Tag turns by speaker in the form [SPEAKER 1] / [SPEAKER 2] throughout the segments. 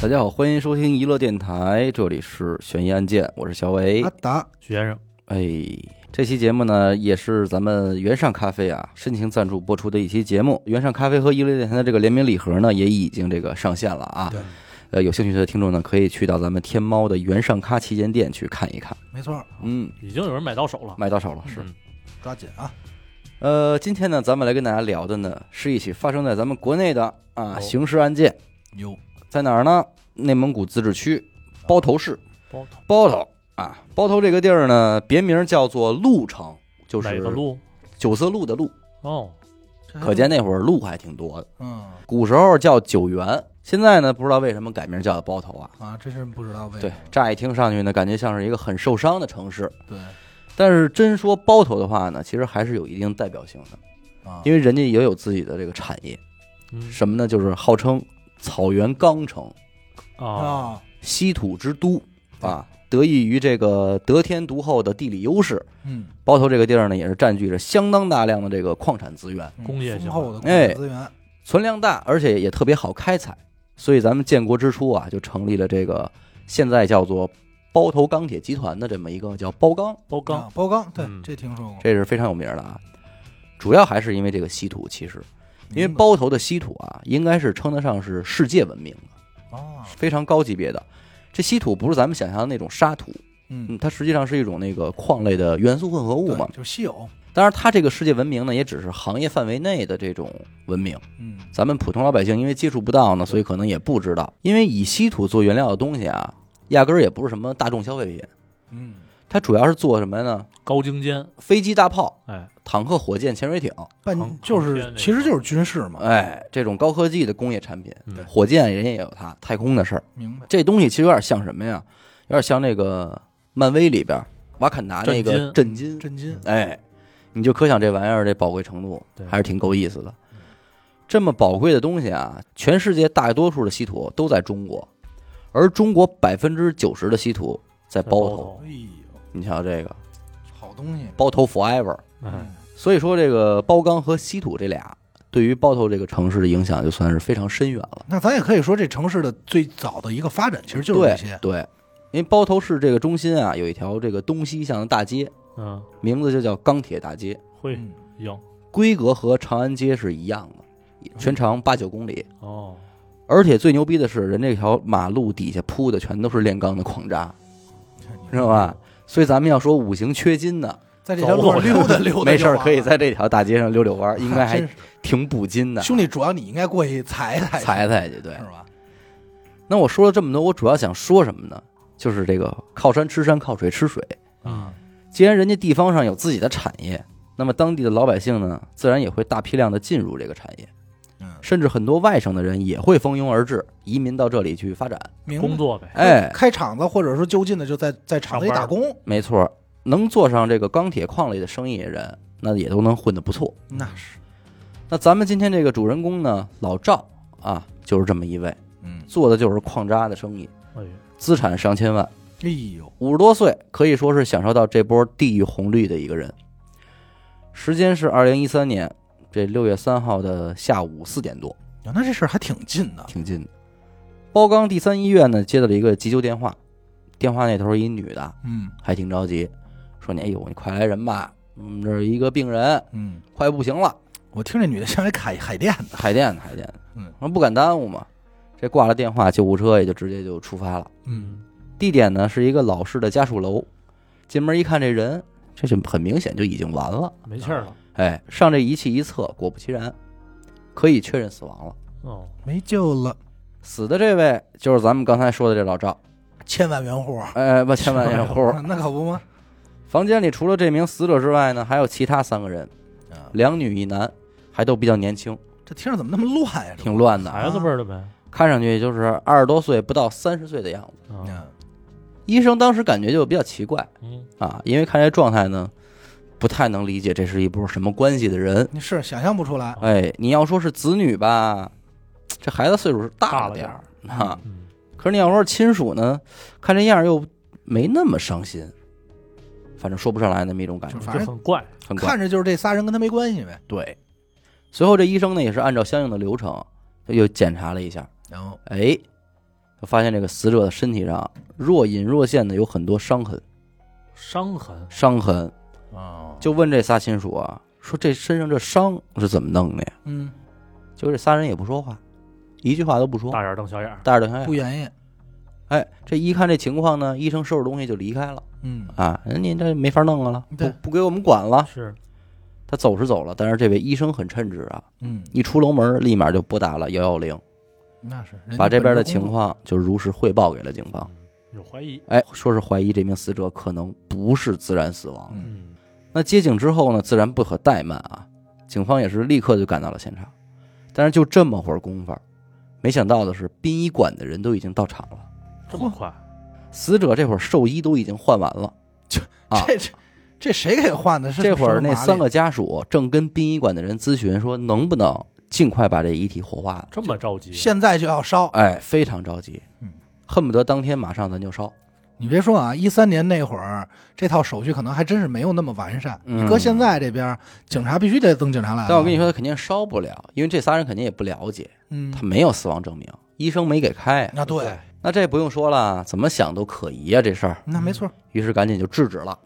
[SPEAKER 1] 大家好，欢迎收听娱乐电台，这里是悬疑案件，我是小伟
[SPEAKER 2] 阿。达，
[SPEAKER 3] 许先生，
[SPEAKER 1] 哎，这期节目呢，也是咱们原上咖啡啊深情赞助播出的一期节目。原上咖啡和娱乐电台的这个联名礼盒呢，也已经这个上线了啊。
[SPEAKER 2] 对，
[SPEAKER 1] 呃，有兴趣的听众呢，可以去到咱们天猫的原上咖旗舰店去看一看。
[SPEAKER 2] 没错，
[SPEAKER 1] 嗯，
[SPEAKER 3] 已经有人买到手了，
[SPEAKER 1] 买到手了，是。
[SPEAKER 3] 嗯
[SPEAKER 2] 抓紧啊！
[SPEAKER 1] 呃，今天呢，咱们来跟大家聊的呢，是一起发生在咱们国内的啊
[SPEAKER 3] 哦
[SPEAKER 1] 刑事案件，
[SPEAKER 2] 有
[SPEAKER 1] 在哪儿呢？内蒙古自治区包头市。
[SPEAKER 3] 包头
[SPEAKER 1] 包头啊，包头这个地儿呢，别名叫做鹿城，就
[SPEAKER 3] 哪
[SPEAKER 1] 是
[SPEAKER 3] 个路？
[SPEAKER 1] 九色鹿的鹿，
[SPEAKER 3] 哦，
[SPEAKER 1] 可见那会儿鹿还挺多的。
[SPEAKER 2] 嗯
[SPEAKER 1] 古时候叫九原，现在呢不知道为什么改名叫包头啊。
[SPEAKER 2] 啊，真是不知道为什
[SPEAKER 1] 对
[SPEAKER 2] 么，
[SPEAKER 1] 乍一听上去呢，感觉像是一个很受伤的城市，
[SPEAKER 2] 对
[SPEAKER 1] 但是真说包头的话呢，其实还是有一定代表性的，
[SPEAKER 2] 啊，
[SPEAKER 1] 因为人家也有自己的这个产业，
[SPEAKER 3] 嗯
[SPEAKER 1] 什么呢？就是号称草原钢城、
[SPEAKER 3] 啊，
[SPEAKER 2] 啊，
[SPEAKER 1] 稀土之都啊，得益于这个得天独厚的地理优势，
[SPEAKER 2] 嗯，
[SPEAKER 1] 包头这个地儿呢，也是占据着相当大量的这个矿产资源，
[SPEAKER 2] 嗯
[SPEAKER 3] 工业性
[SPEAKER 2] 丰厚的工
[SPEAKER 1] 哎
[SPEAKER 2] 业资源，
[SPEAKER 1] 存量大，而且也特别好开采。所以咱们建国之初啊，就成立了这个现在叫做包头钢铁集团的这么一个叫包钢，
[SPEAKER 3] 包钢
[SPEAKER 2] 啊，包钢，对，
[SPEAKER 3] 嗯
[SPEAKER 2] 这听说过，
[SPEAKER 1] 这是非常有名的啊。主要还是因为这个稀土，其实因为
[SPEAKER 2] 明白
[SPEAKER 1] 包头的稀土啊，应该是称得上是世界文明的，
[SPEAKER 2] 啊，
[SPEAKER 1] 非常高级别的。这稀土不是咱们想象的那种沙土，
[SPEAKER 2] 嗯
[SPEAKER 1] 嗯，，它实际上是一种那个矿类的元素混合物
[SPEAKER 2] 对
[SPEAKER 1] 嘛。
[SPEAKER 2] 就是稀有，
[SPEAKER 1] 当然，它这个世界文明呢，也只是行业范围内的这种文明。
[SPEAKER 2] 嗯，
[SPEAKER 1] 咱们普通老百姓因为接触不到呢，所以可能也不知道。因为以稀土做原料的东西啊，压根儿也不是什么大众消费品，
[SPEAKER 2] 嗯，
[SPEAKER 1] 它主要是做什么呢？
[SPEAKER 3] 高精尖，
[SPEAKER 1] 飞机、大炮、
[SPEAKER 3] 哎，
[SPEAKER 1] 坦克、火箭、潜水艇，
[SPEAKER 2] 半
[SPEAKER 3] 航
[SPEAKER 2] 就
[SPEAKER 3] 航天
[SPEAKER 2] 是
[SPEAKER 3] 那
[SPEAKER 2] 其实
[SPEAKER 3] 个
[SPEAKER 2] 就是军事嘛，
[SPEAKER 1] 哎，这种高科技的工业产品。
[SPEAKER 3] 嗯
[SPEAKER 1] 火箭人家也有它，太空的事儿。
[SPEAKER 2] 明白，
[SPEAKER 1] 这东西其实有点像什么呀？有点像那个漫威里边瓦坎达那个震惊，
[SPEAKER 2] 震惊，
[SPEAKER 3] 嗯
[SPEAKER 1] 哎，你就可想这玩意儿这宝贵程度
[SPEAKER 3] 对，
[SPEAKER 1] 还是挺够意思的。这么宝贵的东西啊，全世界大多数的稀土都在中国，而中国百分之九十的稀土在包头。
[SPEAKER 3] 头
[SPEAKER 2] 哎，呦，
[SPEAKER 1] 你瞧这个
[SPEAKER 2] 好东西，
[SPEAKER 1] 包头 forever，
[SPEAKER 3] 哎，
[SPEAKER 2] 嗯，
[SPEAKER 1] 所以说这个包钢和稀土这俩对于包头这个城市的影响就算是非常深远了。
[SPEAKER 2] 那咱也可以说这城市的最早的一个发展其实就是
[SPEAKER 1] 对
[SPEAKER 2] 这些，
[SPEAKER 1] 对，因为包头市这个中心啊，有一条这个东西向的大街，
[SPEAKER 3] 嗯，
[SPEAKER 1] 名字就叫钢铁大街，
[SPEAKER 3] 会
[SPEAKER 2] 嗯
[SPEAKER 3] 硬
[SPEAKER 1] 规格和长安街是一样的，全长八九公里。
[SPEAKER 3] 哦，
[SPEAKER 1] 而且最牛逼的是，人这条马路底下铺的全都是炼钢的矿渣，知道吧？所以咱们要说五行缺金呢，
[SPEAKER 2] 在这条
[SPEAKER 3] 走
[SPEAKER 2] 路上
[SPEAKER 3] 路
[SPEAKER 2] 溜达溜达就完了，
[SPEAKER 1] 没事儿可以在这条大街上溜溜弯儿，应该还
[SPEAKER 2] 真是
[SPEAKER 1] 挺补金的。
[SPEAKER 2] 兄弟，主要你应该过去踩踩 去
[SPEAKER 1] 踩踩去，对
[SPEAKER 2] 是。吧？
[SPEAKER 1] 那我说了这么多，我主要想说什么呢？就是这个靠山吃山，靠水吃水。
[SPEAKER 3] 嗯，
[SPEAKER 1] 既然人家地方上有自己的产业，那么当地的老百姓呢，自然也会大批量的进入这个产业，
[SPEAKER 2] 嗯，
[SPEAKER 1] 甚至很多外省的人也会蜂拥而至，移民到这里去发展。
[SPEAKER 2] 明白
[SPEAKER 3] 工作呗，
[SPEAKER 1] 哎，
[SPEAKER 2] 开厂子或者说就近的就在在厂子里
[SPEAKER 3] 上班
[SPEAKER 2] 打工，
[SPEAKER 1] 没错，能做上这个钢铁矿类的生意的人，那也都能混得不错。
[SPEAKER 3] 嗯
[SPEAKER 2] 那是，
[SPEAKER 1] 那咱们今天这个主人公呢，老赵啊，就是这么一位，
[SPEAKER 2] 嗯，
[SPEAKER 1] 做的就是矿渣的生意，
[SPEAKER 3] 哎，
[SPEAKER 1] 资产上千万，
[SPEAKER 2] 哎呦，
[SPEAKER 1] 五十多岁，可以说是享受到这波地域红利的一个人。时间是二零一三年这六月三号的下午四点多，
[SPEAKER 2] 那这事儿还挺近的，
[SPEAKER 1] 挺近的。包钢第三医院呢接到了一个急救电话，电话那头儿一女的
[SPEAKER 2] 嗯
[SPEAKER 1] 还挺着急，说你哎呦你快来人吧，嗯这是一个病人，
[SPEAKER 2] 嗯，
[SPEAKER 1] 快不行了，
[SPEAKER 2] 我听这女的像一海海淀的，
[SPEAKER 1] 海淀的海淀的，
[SPEAKER 2] 嗯
[SPEAKER 1] 说不敢耽误嘛。这挂了电话，救护车也就直接就出发了。
[SPEAKER 2] 嗯，
[SPEAKER 1] 地点呢是一个老式的家属楼，进门一看这人，这就很明显就已经完了。
[SPEAKER 3] 没气
[SPEAKER 2] 啊
[SPEAKER 3] 儿了，
[SPEAKER 1] 哎，上这仪器一测，果不其然，可以确认死亡了。
[SPEAKER 3] 哦，
[SPEAKER 2] 没救了，
[SPEAKER 1] 死的这位就是咱们刚才说的这老赵，
[SPEAKER 2] 千万元户，
[SPEAKER 1] 哎，不，千万掩护。
[SPEAKER 2] 那可不吗？
[SPEAKER 1] 房间里除了这名死者之外呢，还有其他三个人，
[SPEAKER 2] 啊，
[SPEAKER 3] 嗯
[SPEAKER 1] 两女一男，还都比较年轻，
[SPEAKER 2] 这听着怎么那么乱呀？这
[SPEAKER 1] 挺乱的啊，
[SPEAKER 3] 孩子辈儿的呗，
[SPEAKER 1] 看上去也就是二十多岁不到三十岁的样子。
[SPEAKER 3] 啊，
[SPEAKER 2] 嗯
[SPEAKER 1] 医生当时感觉就比较奇怪
[SPEAKER 3] 嗯，
[SPEAKER 1] 啊，因为看这状态呢，不太能理解这是一波什么关系的人。
[SPEAKER 2] 你是想象不出来，
[SPEAKER 1] 哎，你要说是子女吧，这孩子岁数是大
[SPEAKER 3] 大
[SPEAKER 1] 了
[SPEAKER 3] 了
[SPEAKER 1] 点儿
[SPEAKER 3] 点儿
[SPEAKER 1] 啊，
[SPEAKER 3] 嗯，
[SPEAKER 1] 可是你要说是亲属呢，看这样儿又没那么伤心，反正说不上来那么一种感觉
[SPEAKER 2] 就，反
[SPEAKER 3] 嗯这
[SPEAKER 2] 正
[SPEAKER 3] 很怪，
[SPEAKER 1] 很怪。
[SPEAKER 2] 看着就是这仨人跟他没关系呗。
[SPEAKER 1] 对，
[SPEAKER 3] 嗯
[SPEAKER 1] 随后这医生呢也是按照相应的流程又检查了一下，
[SPEAKER 2] 然后
[SPEAKER 1] 哎，发现这个死者的身体上若隐若现的有很多伤痕，
[SPEAKER 3] 伤痕
[SPEAKER 1] 伤痕。
[SPEAKER 3] 哦
[SPEAKER 2] 啊，
[SPEAKER 1] 就问这仨亲属啊，说这身上这伤是怎么弄的呀？
[SPEAKER 2] 嗯，
[SPEAKER 1] 就这仨人也不说话，一句话都不说，
[SPEAKER 3] 大眼瞪小眼儿，
[SPEAKER 1] 大眼瞪小眼。
[SPEAKER 2] 不愿意，
[SPEAKER 1] 哎，这一看这情况呢，医生收拾东西就离开了
[SPEAKER 2] 嗯，
[SPEAKER 1] 啊，人家这没法弄了，不
[SPEAKER 2] 对
[SPEAKER 1] 不给我们管了。
[SPEAKER 3] 是
[SPEAKER 1] 他走是走了，但是这位医生很称职啊，
[SPEAKER 2] 嗯，
[SPEAKER 1] 一出楼门立马就拨打了幺幺零，
[SPEAKER 2] 那是人家
[SPEAKER 1] 把这边的
[SPEAKER 2] 本职工
[SPEAKER 1] 情
[SPEAKER 2] 作
[SPEAKER 1] 况就如实汇报给了警方。
[SPEAKER 3] 嗯有怀疑，
[SPEAKER 1] 哎，说是怀疑这名死者可能不是自然死亡。
[SPEAKER 2] 嗯
[SPEAKER 3] 嗯，
[SPEAKER 1] 那接警之后呢，自然不可怠慢啊，警方也是立刻就赶到了现场。但是就这么会儿功夫儿，没想到的是，殡仪馆的人都已经到场了，
[SPEAKER 3] 这么快，
[SPEAKER 1] 死者这会儿寿衣都已经换完了。啊
[SPEAKER 2] 这这这谁给换的？是
[SPEAKER 1] 这会儿
[SPEAKER 2] 是
[SPEAKER 1] 那
[SPEAKER 2] 马里
[SPEAKER 1] 三个家属正跟殡仪馆的人咨询，说能不能尽快把这遗体火化了。
[SPEAKER 3] 这么着急，啊
[SPEAKER 2] 现在就要烧。
[SPEAKER 1] 哎，非常着急
[SPEAKER 2] 嗯，
[SPEAKER 1] 恨不得当天马上咱就烧。
[SPEAKER 2] 你别说啊，一三年那会儿这套手续可能还真是没有那么完善。
[SPEAKER 1] 嗯
[SPEAKER 2] 你搁现在这边，警察必须得等警察来。
[SPEAKER 1] 但我跟你，说，他肯定烧不了，因为这仨人肯定也不了解，
[SPEAKER 2] 嗯
[SPEAKER 1] 他，没有死亡证明，医生没给开。
[SPEAKER 2] 那对
[SPEAKER 3] 对，
[SPEAKER 1] 那这不用说了，怎么想都可疑啊，这事儿。
[SPEAKER 2] 那没错。
[SPEAKER 1] 于是赶紧就制止了。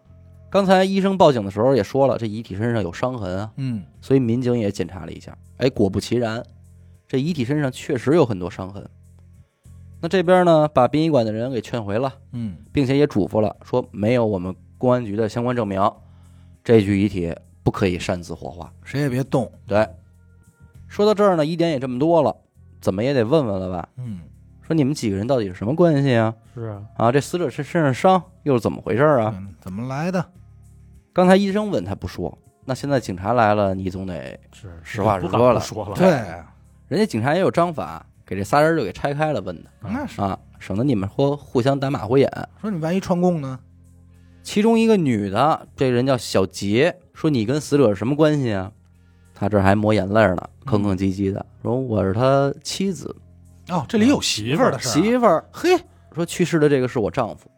[SPEAKER 1] 刚才医生报警的时候也说了，这遗体身上有伤痕啊，
[SPEAKER 2] 嗯，
[SPEAKER 1] 所以民警也检查了一下，哎，果不其然，这遗体身上确实有很多伤痕。那这边呢，把殡仪馆的人给劝回了，
[SPEAKER 2] 嗯，
[SPEAKER 1] 并且也嘱咐了，说没有我们公安局的相关证明，这具遗体不可以擅自火化。
[SPEAKER 2] 谁也别动。
[SPEAKER 1] 对，说到这儿呢，疑点也这么多了，怎么也得问问了吧？
[SPEAKER 2] 嗯
[SPEAKER 1] 说你们几个人到底是什么关系啊？
[SPEAKER 3] 是啊，
[SPEAKER 1] 啊，这死者身身上伤又是怎么回事啊？
[SPEAKER 2] 嗯怎么来的？
[SPEAKER 1] 刚才医生问他不说，那现在警察来了，你总得
[SPEAKER 3] 是
[SPEAKER 1] 实话
[SPEAKER 3] 不
[SPEAKER 1] 实
[SPEAKER 3] 敢
[SPEAKER 1] 说
[SPEAKER 3] 不
[SPEAKER 1] 了
[SPEAKER 3] 说了，
[SPEAKER 2] 对，
[SPEAKER 1] 人家警察也有章法，给这仨人就给拆开了问的
[SPEAKER 2] 那是
[SPEAKER 1] 啊，省得你们说互相打马虎眼。
[SPEAKER 2] 说你万一串供呢？
[SPEAKER 1] 其中一个女的，这人叫小杰，说你跟死者是什么关系啊？他这还抹眼泪呢，吭吭唧唧的说我是他妻子、
[SPEAKER 2] 哦，这里有媳妇儿的事儿
[SPEAKER 1] 嗯
[SPEAKER 2] 啊。
[SPEAKER 1] 媳妇儿，
[SPEAKER 2] 嘿，
[SPEAKER 1] 说去世的这个是我丈夫。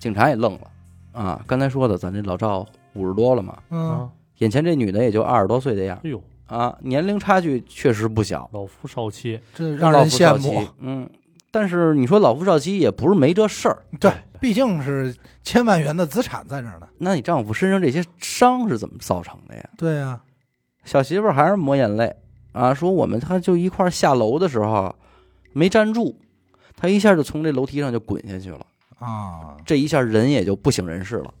[SPEAKER 1] 警察也愣了啊，刚才说的咱这老赵五十多了嘛，
[SPEAKER 2] 嗯，
[SPEAKER 3] 啊，
[SPEAKER 1] 眼前这女的也就二十多岁的样
[SPEAKER 3] 哎呦，
[SPEAKER 1] 儿啊，年龄差距确实不小。
[SPEAKER 3] 老夫少妻，
[SPEAKER 2] 这让人羡
[SPEAKER 1] 老夫
[SPEAKER 2] 慕
[SPEAKER 1] 少。妻。嗯，但是你说老夫少妻也不是没这事儿，
[SPEAKER 2] 对，毕竟是千万元的资产在这儿呢。
[SPEAKER 1] 那你丈夫身上这些伤是怎么造成的呀？
[SPEAKER 2] 对啊呀，
[SPEAKER 1] 小媳妇儿还是抹眼泪啊，说我们他就一块儿下楼的时候没站住，他一下就从这楼梯上就滚下去了，
[SPEAKER 2] 啊，
[SPEAKER 1] 这一下人也就不省人事了。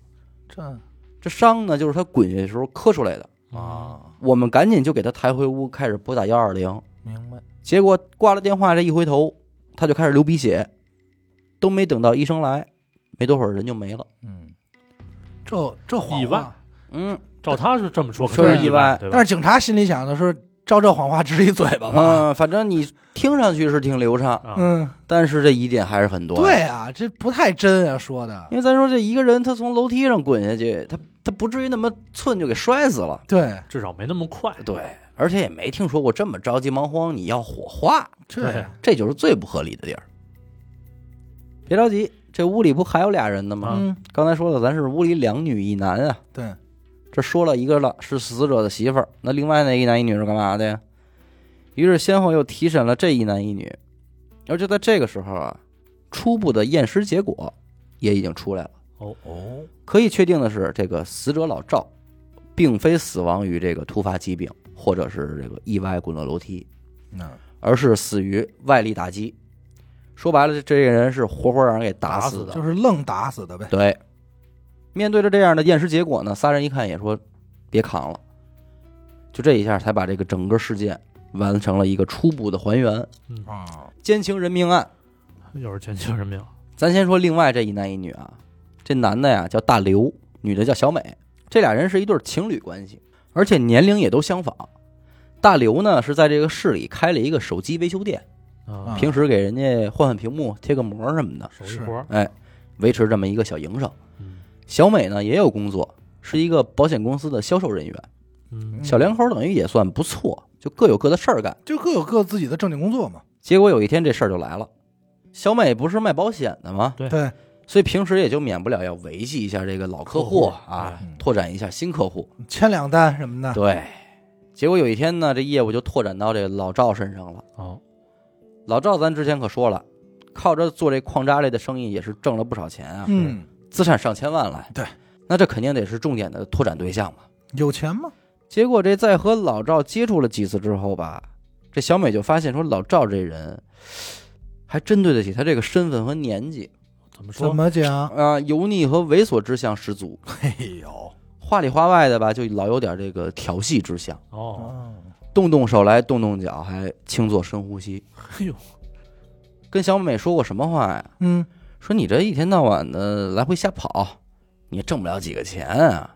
[SPEAKER 2] 这
[SPEAKER 1] 这伤呢，就是他滚下去的时候磕出来的。
[SPEAKER 2] 啊，
[SPEAKER 1] 我们赶紧就给他抬回屋，开始拨打幺二零。
[SPEAKER 2] 明白。
[SPEAKER 1] 结果挂了电话，这一回头他就开始流鼻血，都没等到医生来，没多会儿人就没了。
[SPEAKER 2] 嗯，这这谎话
[SPEAKER 3] 意外，
[SPEAKER 1] 嗯，
[SPEAKER 3] 照他是这么说，
[SPEAKER 1] 说
[SPEAKER 2] 是
[SPEAKER 3] 可能
[SPEAKER 1] 意外
[SPEAKER 3] 对吧？
[SPEAKER 2] 但是警察心里想的是，照这谎话直一嘴巴吧。
[SPEAKER 1] 嗯，反正你听上去是挺流畅，
[SPEAKER 3] 啊，
[SPEAKER 2] 嗯，
[SPEAKER 1] 但是这疑点还是很多。，
[SPEAKER 2] 对啊，这不太真啊，说的
[SPEAKER 1] 因为咱说这一个人他从楼梯上滚下去，他他不至于那么寸就给摔死了。
[SPEAKER 2] 对，
[SPEAKER 3] 至少没那么快，
[SPEAKER 1] 对，而且也没听说过这么着急忙慌你要火化，
[SPEAKER 2] 这
[SPEAKER 1] 这就是最不合理的地儿。别着急，这屋里不还有俩人呢吗？
[SPEAKER 2] 嗯
[SPEAKER 1] 刚才说了，咱是屋里两女一男啊。
[SPEAKER 2] 对，
[SPEAKER 1] 这说了一个了，是死者的媳妇儿，那另外那一男一女是干嘛的呀？于是先后又提审了这一男一女，而就在这个时候啊，初步的验尸结果也已经出来了。
[SPEAKER 2] 哦，
[SPEAKER 1] 可以确定的是，这个死者老赵，并非死亡于这个突发疾病或者是这个意外滚落楼梯，
[SPEAKER 2] 那
[SPEAKER 1] 而是死于外力打击。说白了，这这个人是活活让人给打死的。
[SPEAKER 2] 就是愣打死的呗。
[SPEAKER 1] 对，面对着这样的验尸结果呢，仨人一看也说别扛了，就这一下才把这个整个事件完成了一个初步的还原。
[SPEAKER 2] 啊，
[SPEAKER 1] 奸情人命案，
[SPEAKER 3] 又是全球人啊命，
[SPEAKER 1] 咱先说另外这一男一女啊，这男的呀叫大刘，女的叫小美，这俩人是一对情侣关系，而且年龄也都相仿。大刘呢是在这个市里开了一个手机维修店，
[SPEAKER 3] 啊，
[SPEAKER 1] 平时给人家换换屏幕、贴个膜什么的，
[SPEAKER 3] 手艺活儿，
[SPEAKER 1] 哎，维持这么一个小营生。
[SPEAKER 3] 嗯
[SPEAKER 1] 小美呢也有工作，是一个保险公司的销售人员。
[SPEAKER 3] 嗯，
[SPEAKER 1] 小两口等于也算不错，就各有各的事儿干。
[SPEAKER 2] 就各有各自己的正经工作嘛。
[SPEAKER 1] 结果有一天这事儿就来了，小美不是卖保险的吗？
[SPEAKER 3] 对
[SPEAKER 2] 对，
[SPEAKER 1] 所以平时也就免不了要维系一下这个老客户
[SPEAKER 3] 客户
[SPEAKER 1] 啊
[SPEAKER 2] 哎，
[SPEAKER 1] 拓展一下新客户。
[SPEAKER 2] 签两单什么的。
[SPEAKER 1] 对，结果有一天呢，这业务就拓展到这老赵身上了。
[SPEAKER 3] 哦，
[SPEAKER 1] 老赵咱之前可说了，靠着做这矿渣类的生意也是挣了不少钱啊，
[SPEAKER 2] 嗯，
[SPEAKER 1] 资产上千万来。
[SPEAKER 2] 对，
[SPEAKER 1] 那这肯定得是重点的拓展对象嘛。
[SPEAKER 2] 有钱吗？
[SPEAKER 1] 结果这在和老赵接触了几次之后吧，这小美就发现说老赵这人还真对得起他这个身份和年纪
[SPEAKER 3] 怎么说
[SPEAKER 2] 怎？么讲？
[SPEAKER 1] 啊、油腻和猥琐之相十足，
[SPEAKER 2] 嘿呦，
[SPEAKER 1] 话里话外的吧，就老有点这个调戏之相，
[SPEAKER 3] 哦，
[SPEAKER 1] 动动手来动动脚，还轻做深呼吸。
[SPEAKER 3] 哎呦，
[SPEAKER 1] 跟小美说过什么话呀？
[SPEAKER 2] 嗯，
[SPEAKER 1] 说你这一天到晚的来回瞎跑，你也挣不了几个钱啊，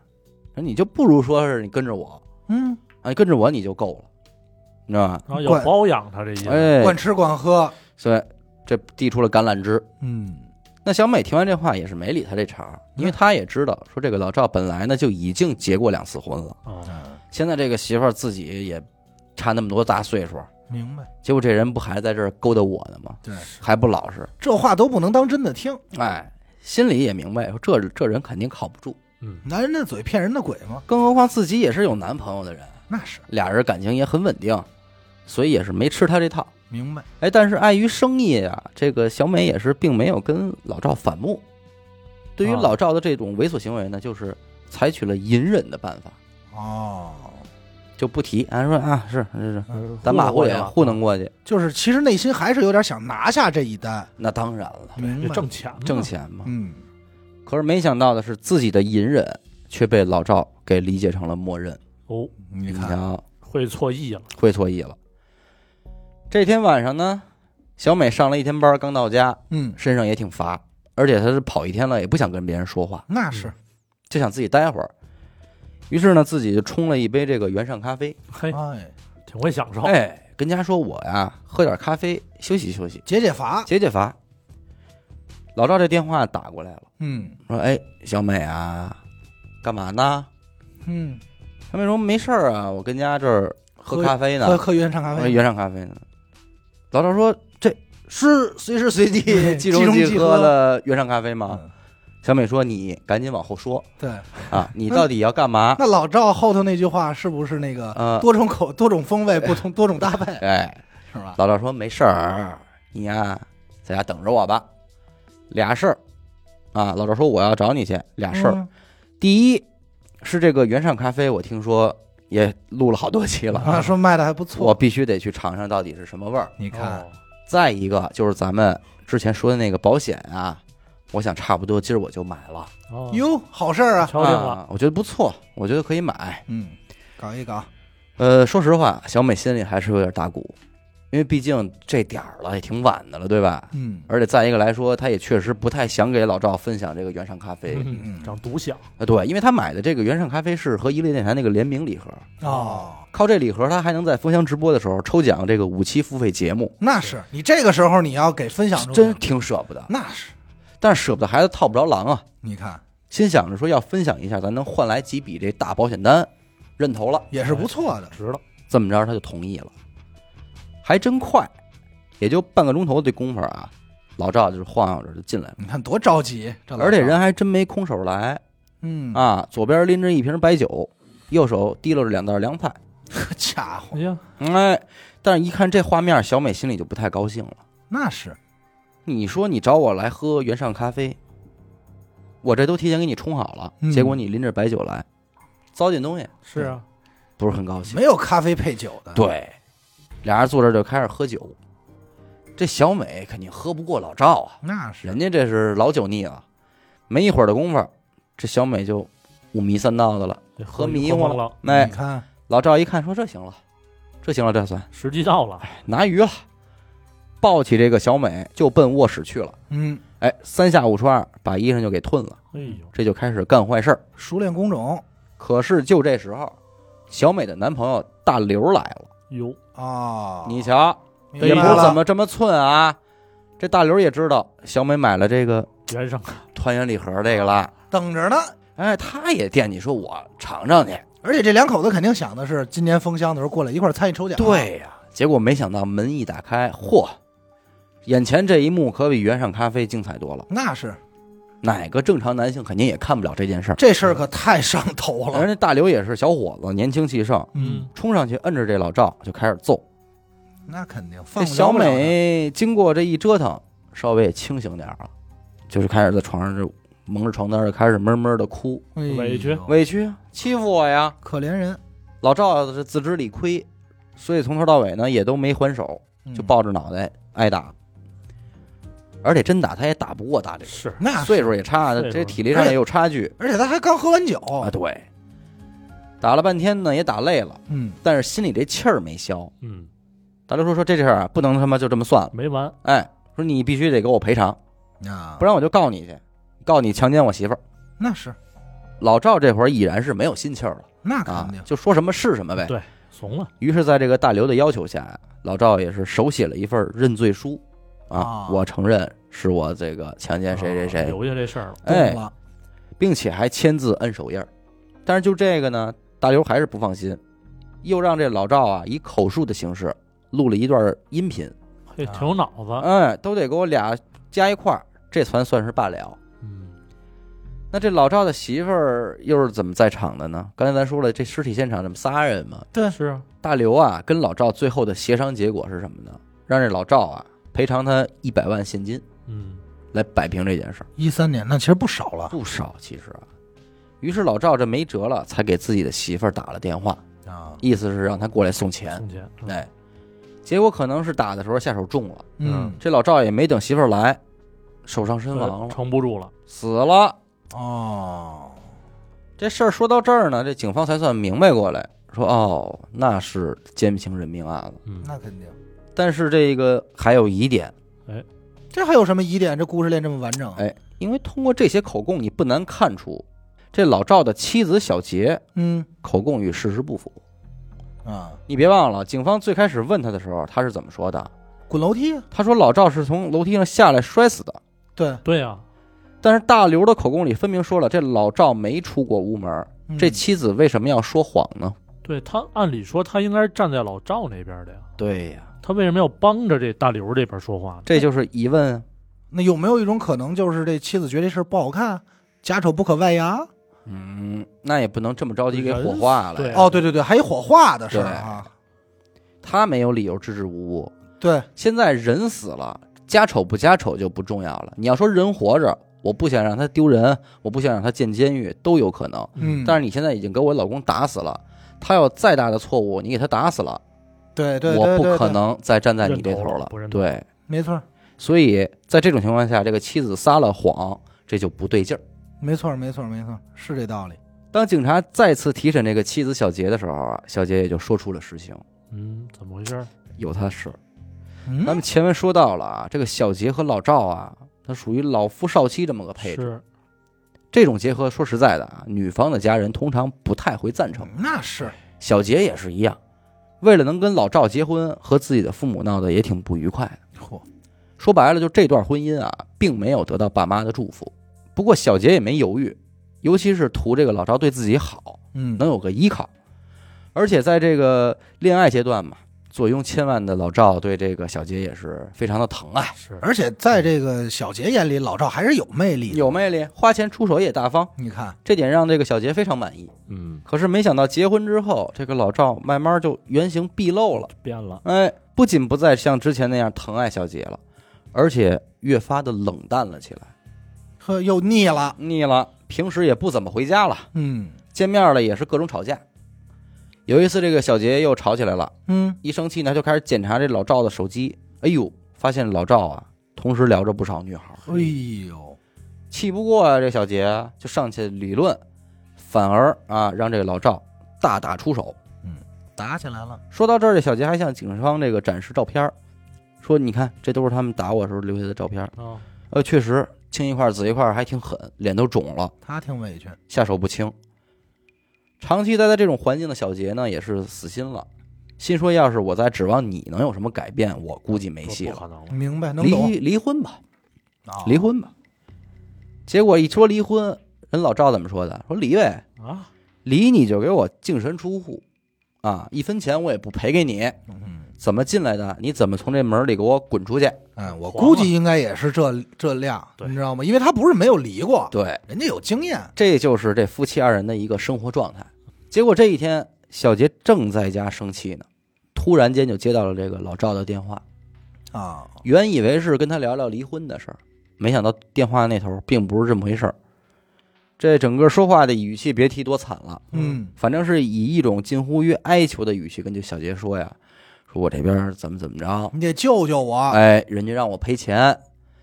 [SPEAKER 1] 说你就不如说是你跟着我
[SPEAKER 2] 嗯，
[SPEAKER 1] 啊，你跟着我你就够了，你知道吧？
[SPEAKER 3] 然后要
[SPEAKER 2] 惯
[SPEAKER 3] 包养他这意思，
[SPEAKER 1] 哎，
[SPEAKER 2] 管吃管喝，
[SPEAKER 1] 所以这递出了橄榄枝。
[SPEAKER 2] 嗯，
[SPEAKER 1] 那小美听完这话也是没理他这茬儿，因为她也知道说这个老赵本来呢就已经结过两次婚了，
[SPEAKER 3] 哦，
[SPEAKER 2] 嗯
[SPEAKER 1] 现在这个媳妇儿自己也差那么多大岁数，
[SPEAKER 2] 明白。
[SPEAKER 1] 结果这人不还在这儿勾搭我呢吗？
[SPEAKER 2] 对，
[SPEAKER 1] 还不老实，
[SPEAKER 2] 这话都不能当真的听，
[SPEAKER 1] 哎，心里也明白说这这人肯定靠不住，
[SPEAKER 3] 嗯，
[SPEAKER 2] 男人的嘴骗人的鬼嘛，
[SPEAKER 1] 更何况自己也是有男朋友的人，
[SPEAKER 2] 那是
[SPEAKER 1] 俩人感情也很稳定，所以也是没吃他这套。
[SPEAKER 2] 明白。
[SPEAKER 1] 哎，但是碍于生意啊，这个小美也是并没有跟老赵反目。对于
[SPEAKER 3] 啊
[SPEAKER 1] 老赵的这种猥琐行为呢，就是采取了隐忍的办法，
[SPEAKER 2] 哦，
[SPEAKER 1] 就不提。俺说啊，是是是，
[SPEAKER 2] 嗯
[SPEAKER 1] 咱把
[SPEAKER 3] 糊弄过去
[SPEAKER 1] 脸
[SPEAKER 3] 了
[SPEAKER 1] 啊糊弄过去，
[SPEAKER 2] 就是其实内心还是有点想拿下这一单，
[SPEAKER 1] 那当然了，
[SPEAKER 2] 明
[SPEAKER 3] 也
[SPEAKER 2] 白？
[SPEAKER 3] 挣钱嘛，
[SPEAKER 1] 挣钱嘛。
[SPEAKER 2] 嗯，
[SPEAKER 1] 可是没想到的是，自己的隐忍却被老赵给理解成了默认。
[SPEAKER 3] 哦，
[SPEAKER 2] 你
[SPEAKER 1] 你
[SPEAKER 2] 看，
[SPEAKER 1] 瞧，
[SPEAKER 3] 会错意了，
[SPEAKER 1] 会错意了。这天晚上呢，小美上了一天班，刚到家，
[SPEAKER 2] 嗯，
[SPEAKER 1] 身上也挺乏，而且她是跑一天了，也不想跟别人说话，
[SPEAKER 2] 那是
[SPEAKER 1] 就想自己待会儿。于是呢，自己就冲了一杯这个原上咖啡。
[SPEAKER 3] 嘿，
[SPEAKER 2] 哎，
[SPEAKER 3] 挺会享受，
[SPEAKER 1] 哎，跟家说我呀，喝点咖啡休息休息，
[SPEAKER 2] 解解乏。
[SPEAKER 1] 解解乏。老赵这电话打过来了，
[SPEAKER 2] 嗯
[SPEAKER 1] 说：“哎，小美啊，干嘛呢
[SPEAKER 2] 嗯，？”
[SPEAKER 1] 小美说：“没事儿啊，我跟家这儿喝
[SPEAKER 2] 喝
[SPEAKER 1] 咖啡呢，
[SPEAKER 2] 喝喝原上咖
[SPEAKER 1] 呃
[SPEAKER 2] 啡，
[SPEAKER 1] 原上咖啡呢。老赵说：“这是随时随 地即溶
[SPEAKER 2] 即溶
[SPEAKER 1] 即
[SPEAKER 2] 即
[SPEAKER 1] 喝
[SPEAKER 2] 喝
[SPEAKER 1] 的原上咖啡吗
[SPEAKER 2] 嗯？”
[SPEAKER 1] 小美说：“你赶紧往后说
[SPEAKER 2] 对。
[SPEAKER 1] 啊，你到底要干嘛
[SPEAKER 2] 那老赵后头那句话是不是那个
[SPEAKER 1] 啊
[SPEAKER 2] 多种口多种风味不同多种搭配？”
[SPEAKER 1] 哎，
[SPEAKER 2] 是吧？
[SPEAKER 1] 老赵说：“没事儿，你呀、在家等着我吧。俩事儿啊，老赵说我要找你去，俩事儿。
[SPEAKER 2] 嗯
[SPEAKER 1] 第一是这个原上咖啡，我听说也录了好多期了，
[SPEAKER 2] 啊，说卖的还不
[SPEAKER 1] 我
[SPEAKER 2] 错。
[SPEAKER 1] 必须得去尝尝到底是什么味儿。
[SPEAKER 2] 你看，
[SPEAKER 3] 哦，
[SPEAKER 1] 再一个就是咱们之前说的那个保险啊，我想差不多今儿我就买了，
[SPEAKER 3] 哦，
[SPEAKER 2] 哟，好事儿啊！
[SPEAKER 3] 敲定了，
[SPEAKER 1] 啊，我觉得不错，我觉得可以买。
[SPEAKER 2] 嗯，搞一搞，
[SPEAKER 1] 呃，说实话，小美心里还是有点打鼓，因为毕竟这点儿了，也挺晚的了，对吧？
[SPEAKER 2] 嗯
[SPEAKER 1] 而且再一个来说，她也确实不太想给老赵分享这个原上咖啡。
[SPEAKER 3] 嗯长独享，
[SPEAKER 1] 啊，对，因为她买的这个原上咖啡是和一类电台那个联名礼盒，
[SPEAKER 2] 哦，
[SPEAKER 1] 靠这礼盒，她还能在风箱直播的时候抽奖这个五期付费节目，
[SPEAKER 2] 那是你这个时候你要给分享出去
[SPEAKER 1] 真挺舍不得。
[SPEAKER 2] 那是，
[SPEAKER 1] 但是舍不得孩子套不着狼啊，
[SPEAKER 2] 你看
[SPEAKER 1] 心想着说要分享一下，咱能换来几笔这大保险单，认头了。
[SPEAKER 2] 也是不错的。
[SPEAKER 3] 值了，
[SPEAKER 1] 这么着，她就同意了，还真快，也就半个钟头的功夫啊，老赵就是晃悠着就进来了，
[SPEAKER 2] 你看多着急，这老
[SPEAKER 1] 而且
[SPEAKER 2] 赵
[SPEAKER 1] 人还真没空手来。
[SPEAKER 2] 嗯，
[SPEAKER 1] 啊，左边拎着一瓶白酒，右手提溜着两袋凉菜。
[SPEAKER 2] 好家伙
[SPEAKER 3] 哎，呀，
[SPEAKER 1] 嗯哎，但是一看这画面，小美心里就不太高兴了。
[SPEAKER 2] 那是
[SPEAKER 1] 你说你找我来喝原上咖啡，我这都提前给你冲好了，
[SPEAKER 2] 嗯
[SPEAKER 1] 结果你拎着白酒来，糟践东西，
[SPEAKER 3] 是啊，
[SPEAKER 1] 不是很高兴。
[SPEAKER 2] 没有咖啡配酒的。，
[SPEAKER 1] 对，俩人坐这就开始喝酒。这小美肯定喝不过老赵啊，
[SPEAKER 2] 那是
[SPEAKER 1] 人家这是老酒腻了。没一会儿的功夫，这小美就五迷三道的了，
[SPEAKER 3] 这
[SPEAKER 1] 喝
[SPEAKER 3] 喝
[SPEAKER 1] 迷糊
[SPEAKER 3] 糊
[SPEAKER 1] 了
[SPEAKER 3] 了，。
[SPEAKER 1] 哎
[SPEAKER 2] 你，看
[SPEAKER 1] 老赵一看说这行了，这行了，这算
[SPEAKER 3] 时机到了，
[SPEAKER 1] 拿鱼了，抱起这个小美就奔卧室去了。
[SPEAKER 2] 嗯，
[SPEAKER 1] 哎，三下五除二把衣裳就给吞了，
[SPEAKER 3] 哎呦，
[SPEAKER 1] 这就开始干坏事儿。
[SPEAKER 2] 熟练工种
[SPEAKER 1] 可是就这时候，小美的男朋友大刘来了。
[SPEAKER 3] 哟，
[SPEAKER 2] 哦，
[SPEAKER 1] 你瞧，
[SPEAKER 2] 明
[SPEAKER 1] 也
[SPEAKER 2] 白
[SPEAKER 1] 不
[SPEAKER 2] 了
[SPEAKER 1] 怎么这么寸啊。这大刘也知道小美买了这个
[SPEAKER 3] 原上
[SPEAKER 1] 团圆礼盒这个了，
[SPEAKER 2] 等着呢。
[SPEAKER 1] 哎，他也惦记说我尝尝去。
[SPEAKER 2] 而且这两口子肯定想的是，今年封箱的时候过来一块儿参与抽奖。，啊
[SPEAKER 1] 对呀、结果没想到门一打开，嚯，眼前这一幕可比原上咖啡精彩多了。
[SPEAKER 2] 那是
[SPEAKER 1] 哪个正常男性肯定也看不了这件事儿。
[SPEAKER 2] 这事儿可太上头
[SPEAKER 1] 人
[SPEAKER 2] 了。
[SPEAKER 1] 家大刘也是小伙子，年轻气盛，
[SPEAKER 3] 嗯，
[SPEAKER 1] 冲上去摁着这老赵就开始揍。
[SPEAKER 2] 那肯定放
[SPEAKER 1] 这
[SPEAKER 2] 不了
[SPEAKER 1] 小
[SPEAKER 2] 不了的
[SPEAKER 1] 美经过这一折腾，稍微也清醒点儿了，就是开始在床上就蒙着床单儿就开始闷闷的哭，
[SPEAKER 2] 哎呦
[SPEAKER 3] 委屈
[SPEAKER 1] 委屈啊，欺负我呀！
[SPEAKER 2] 可怜人，
[SPEAKER 1] 老赵是自知理亏，所以从头到尾呢也都没还手，
[SPEAKER 2] 嗯
[SPEAKER 1] 就抱着脑袋挨打，而且真打他也打不过大力，
[SPEAKER 3] 是
[SPEAKER 2] 那
[SPEAKER 1] 岁
[SPEAKER 2] 是，哎
[SPEAKER 1] 数也差，
[SPEAKER 3] 岁数
[SPEAKER 1] 这体力上也有差距
[SPEAKER 2] 而且他还刚喝完酒，
[SPEAKER 1] 啊。对，打了半天呢也打累了，
[SPEAKER 2] 嗯，
[SPEAKER 1] 但是心里这气儿没消。
[SPEAKER 3] 嗯，
[SPEAKER 1] 大刘说说这事儿啊不能他妈就这么算了，
[SPEAKER 3] 没完，
[SPEAKER 1] 哎，说你必须得给我赔偿，
[SPEAKER 2] 啊，
[SPEAKER 1] 不然我就告你去，告你强奸我媳妇儿。
[SPEAKER 2] 那是，
[SPEAKER 1] 老赵这会儿已然是没有心气儿了
[SPEAKER 2] 那
[SPEAKER 1] 啊
[SPEAKER 2] 肯定，，
[SPEAKER 1] 就说什么是什么呗。
[SPEAKER 3] 对怂了，
[SPEAKER 1] 于是，在这个大刘的要求下，老赵也是手写了一份认罪书，啊
[SPEAKER 2] 啊，
[SPEAKER 1] 我承认是我这个强奸谁谁
[SPEAKER 3] 啊
[SPEAKER 1] 谁，
[SPEAKER 3] 留下这事儿了，
[SPEAKER 1] 哎
[SPEAKER 2] 懂，了，
[SPEAKER 1] 并且还签字摁手印儿。但是就这个呢，大刘还是不放心，又让这老赵啊以口述的形式录了一段音频，
[SPEAKER 3] 嘿，挺有脑子，
[SPEAKER 1] 哎，都得给我俩加一块儿，这才算是罢了。
[SPEAKER 3] 嗯，
[SPEAKER 1] 那这老赵的媳妇儿又是怎么在场的呢？刚才咱说了，这尸体现场这么仨人嘛，
[SPEAKER 2] 对
[SPEAKER 3] 是啊，
[SPEAKER 1] 大刘啊跟老赵最后的协商结果是什么呢？让这老赵啊赔偿他一百万现金
[SPEAKER 3] 嗯，
[SPEAKER 1] 来摆平这件事儿，
[SPEAKER 2] 一三年那其实不少了
[SPEAKER 1] 不少其实啊。于是老赵这没辙了，才给自己的媳妇儿打了电话，
[SPEAKER 2] 啊，
[SPEAKER 1] 意思是让他过来送钱。
[SPEAKER 3] 送钱，嗯
[SPEAKER 1] 哎，结果可能是打的时候下手重了，
[SPEAKER 2] 嗯，
[SPEAKER 1] 这老赵也没等媳妇儿来，手上身
[SPEAKER 3] 对
[SPEAKER 1] 亡了，
[SPEAKER 3] 撑不住了，
[SPEAKER 1] 死了。
[SPEAKER 2] 哦，
[SPEAKER 1] 这事儿说到这儿呢，这警方才算明白过来，说哦，那是奸情人命案了。
[SPEAKER 3] 嗯，
[SPEAKER 2] 那肯定，
[SPEAKER 1] 但是这个还有疑点，
[SPEAKER 2] 这还有什么疑点？这故事链这么完整，
[SPEAKER 1] 哎因为通过这些口供，你不难看出，这老赵的妻子小杰
[SPEAKER 2] 嗯
[SPEAKER 1] 口供与事实不符。
[SPEAKER 2] 啊，
[SPEAKER 1] 你别忘了，警方最开始问他的时候，他是怎么说的？
[SPEAKER 2] 滚楼梯，啊
[SPEAKER 1] 他说老赵是从楼梯上下来摔死的。
[SPEAKER 2] 对，
[SPEAKER 3] 对啊呀，
[SPEAKER 1] 但是大刘的口供里分明说了，这老赵没出过屋门，
[SPEAKER 2] 嗯
[SPEAKER 1] 这妻子为什么要说谎呢？
[SPEAKER 3] 对他按理说他应该是站在老赵那边的呀，
[SPEAKER 1] 对呀、
[SPEAKER 3] 他为什么要帮着这大刘这边说话呢？
[SPEAKER 1] 这就是疑问啊。
[SPEAKER 2] 那有没有一种可能，就是这妻子觉得这事儿不好看，家丑不可外扬？
[SPEAKER 1] 嗯，那也不能这么着急给火
[SPEAKER 3] 人
[SPEAKER 1] 化了。
[SPEAKER 3] 对
[SPEAKER 2] 哦，对对对，还有火化的事儿
[SPEAKER 1] 哎对
[SPEAKER 2] 啊，
[SPEAKER 1] 他没有理由支支吾吾。
[SPEAKER 2] 对，
[SPEAKER 1] 现在人死了，家丑不家丑就不重要了。你要说人活着，我不想让他丢人，我不想让他进监狱，都有可能。
[SPEAKER 2] 嗯，
[SPEAKER 1] 但是你现在已经给我老公打死了，他有再大的错误，你给他打死了，
[SPEAKER 2] 对对，
[SPEAKER 1] 我
[SPEAKER 2] 对
[SPEAKER 1] 不
[SPEAKER 2] 对
[SPEAKER 1] 可
[SPEAKER 2] 对
[SPEAKER 1] 能再站在你这
[SPEAKER 3] 认
[SPEAKER 1] 头
[SPEAKER 3] 头了
[SPEAKER 1] 了
[SPEAKER 3] 不。认头
[SPEAKER 1] 对，
[SPEAKER 2] 没错儿，
[SPEAKER 1] 所以在这种情况下，这个妻子撒了谎，这就不对劲儿。
[SPEAKER 2] 没错儿，没错儿，没错儿，是这道理。
[SPEAKER 1] 当警察再次提审这个妻子小杰的时候啊，小杰也就说出了实情，
[SPEAKER 3] 嗯，怎么回事？
[SPEAKER 1] 有他事儿。
[SPEAKER 2] 嗯
[SPEAKER 1] 咱们前文说到了啊，这个小杰和老赵啊，他属于老夫少妻这么个配置。
[SPEAKER 3] 是，
[SPEAKER 1] 这种结合，说实在的啊，女方的家人通常不太会赞成。
[SPEAKER 2] 那是
[SPEAKER 1] 小杰也是一样，为了能跟老赵结婚，和自己的父母闹得也挺不愉快的。
[SPEAKER 2] 嚯，
[SPEAKER 1] 说白了，就这段婚姻啊，并没有得到爸妈的祝福。不过小杰也没犹豫，尤其是图这个老赵对自己好，
[SPEAKER 2] 嗯，
[SPEAKER 1] 能有个依靠。而且在这个恋爱阶段嘛，坐拥千万的老赵对这个小杰也是非常的疼啊爱，
[SPEAKER 3] 是，
[SPEAKER 2] 而且在这个小杰眼里，老赵还是有魅力的。
[SPEAKER 1] 有魅力，花钱出手也大方，
[SPEAKER 2] 你看，
[SPEAKER 1] 这点让这个小杰非常满意。
[SPEAKER 3] 嗯，
[SPEAKER 1] 可是没想到结婚之后，这个老赵慢慢就原形毕露了。
[SPEAKER 3] 变了，
[SPEAKER 1] 哎，不仅不再像之前那样疼爱小杰了，而且越发的冷淡了起来，
[SPEAKER 2] 呵，又腻了。
[SPEAKER 1] 腻了。平时也不怎么回家了，
[SPEAKER 2] 嗯
[SPEAKER 1] 见面了也是各种吵架。有一次，这个小杰又吵起来了，
[SPEAKER 2] 嗯，
[SPEAKER 1] 一生气呢，他就开始检查这老赵的手机。哎呦，发现老赵啊，同时聊着不少女孩儿，
[SPEAKER 2] 哎呦，
[SPEAKER 1] 气不过啊，这小杰就上去理论，反而啊让这个老赵大打出手。
[SPEAKER 2] 打起来了。
[SPEAKER 1] 说到这儿，这小杰还向警方这个展示照片儿，说：“你看，这都是他们打我时候留下的照片儿。
[SPEAKER 3] 啊，
[SPEAKER 1] 呃，确实青一块儿紫一块儿，还挺狠，脸都肿了，
[SPEAKER 2] 他挺委屈，
[SPEAKER 1] 下手不轻。长期待在这种环境的小杰呢，也是死心了，心说：要是我再指望你能有什么改变，我估计没
[SPEAKER 3] 不
[SPEAKER 1] 戏
[SPEAKER 3] 不
[SPEAKER 1] 了，
[SPEAKER 3] 可能了，
[SPEAKER 2] 明白能懂
[SPEAKER 1] 离离婚吧，
[SPEAKER 2] 啊？
[SPEAKER 1] 离婚吧。结果一说离婚，人老赵怎么说的？说离呗，
[SPEAKER 3] 啊，
[SPEAKER 1] 离你就给我净身出户，啊，一分钱我也不赔给你。”
[SPEAKER 2] 嗯，
[SPEAKER 1] 怎么进来的？你怎么从这门里给我滚出去？
[SPEAKER 2] 哎，我
[SPEAKER 3] 黄了
[SPEAKER 2] 估计应该也是这这量，
[SPEAKER 3] 对
[SPEAKER 2] 你知道吗？因为他不是没有离过，
[SPEAKER 1] 对，
[SPEAKER 2] 人家有经验。
[SPEAKER 1] 这就是这夫妻二人的一个生活状态。结果这一天，小杰正在家生气呢，突然间就接到了这个老赵的电话，
[SPEAKER 2] 啊，
[SPEAKER 1] 原以为是跟他聊聊离婚的事儿，没想到电话那头并不是这么回事儿。这整个说话的语气别提多惨了，
[SPEAKER 2] 嗯
[SPEAKER 1] 反正是以一种近乎于哀求的语气跟这小杰说呀：“说我这边怎么怎么着，
[SPEAKER 2] 你得救救我！
[SPEAKER 1] 哎，人家让我赔钱，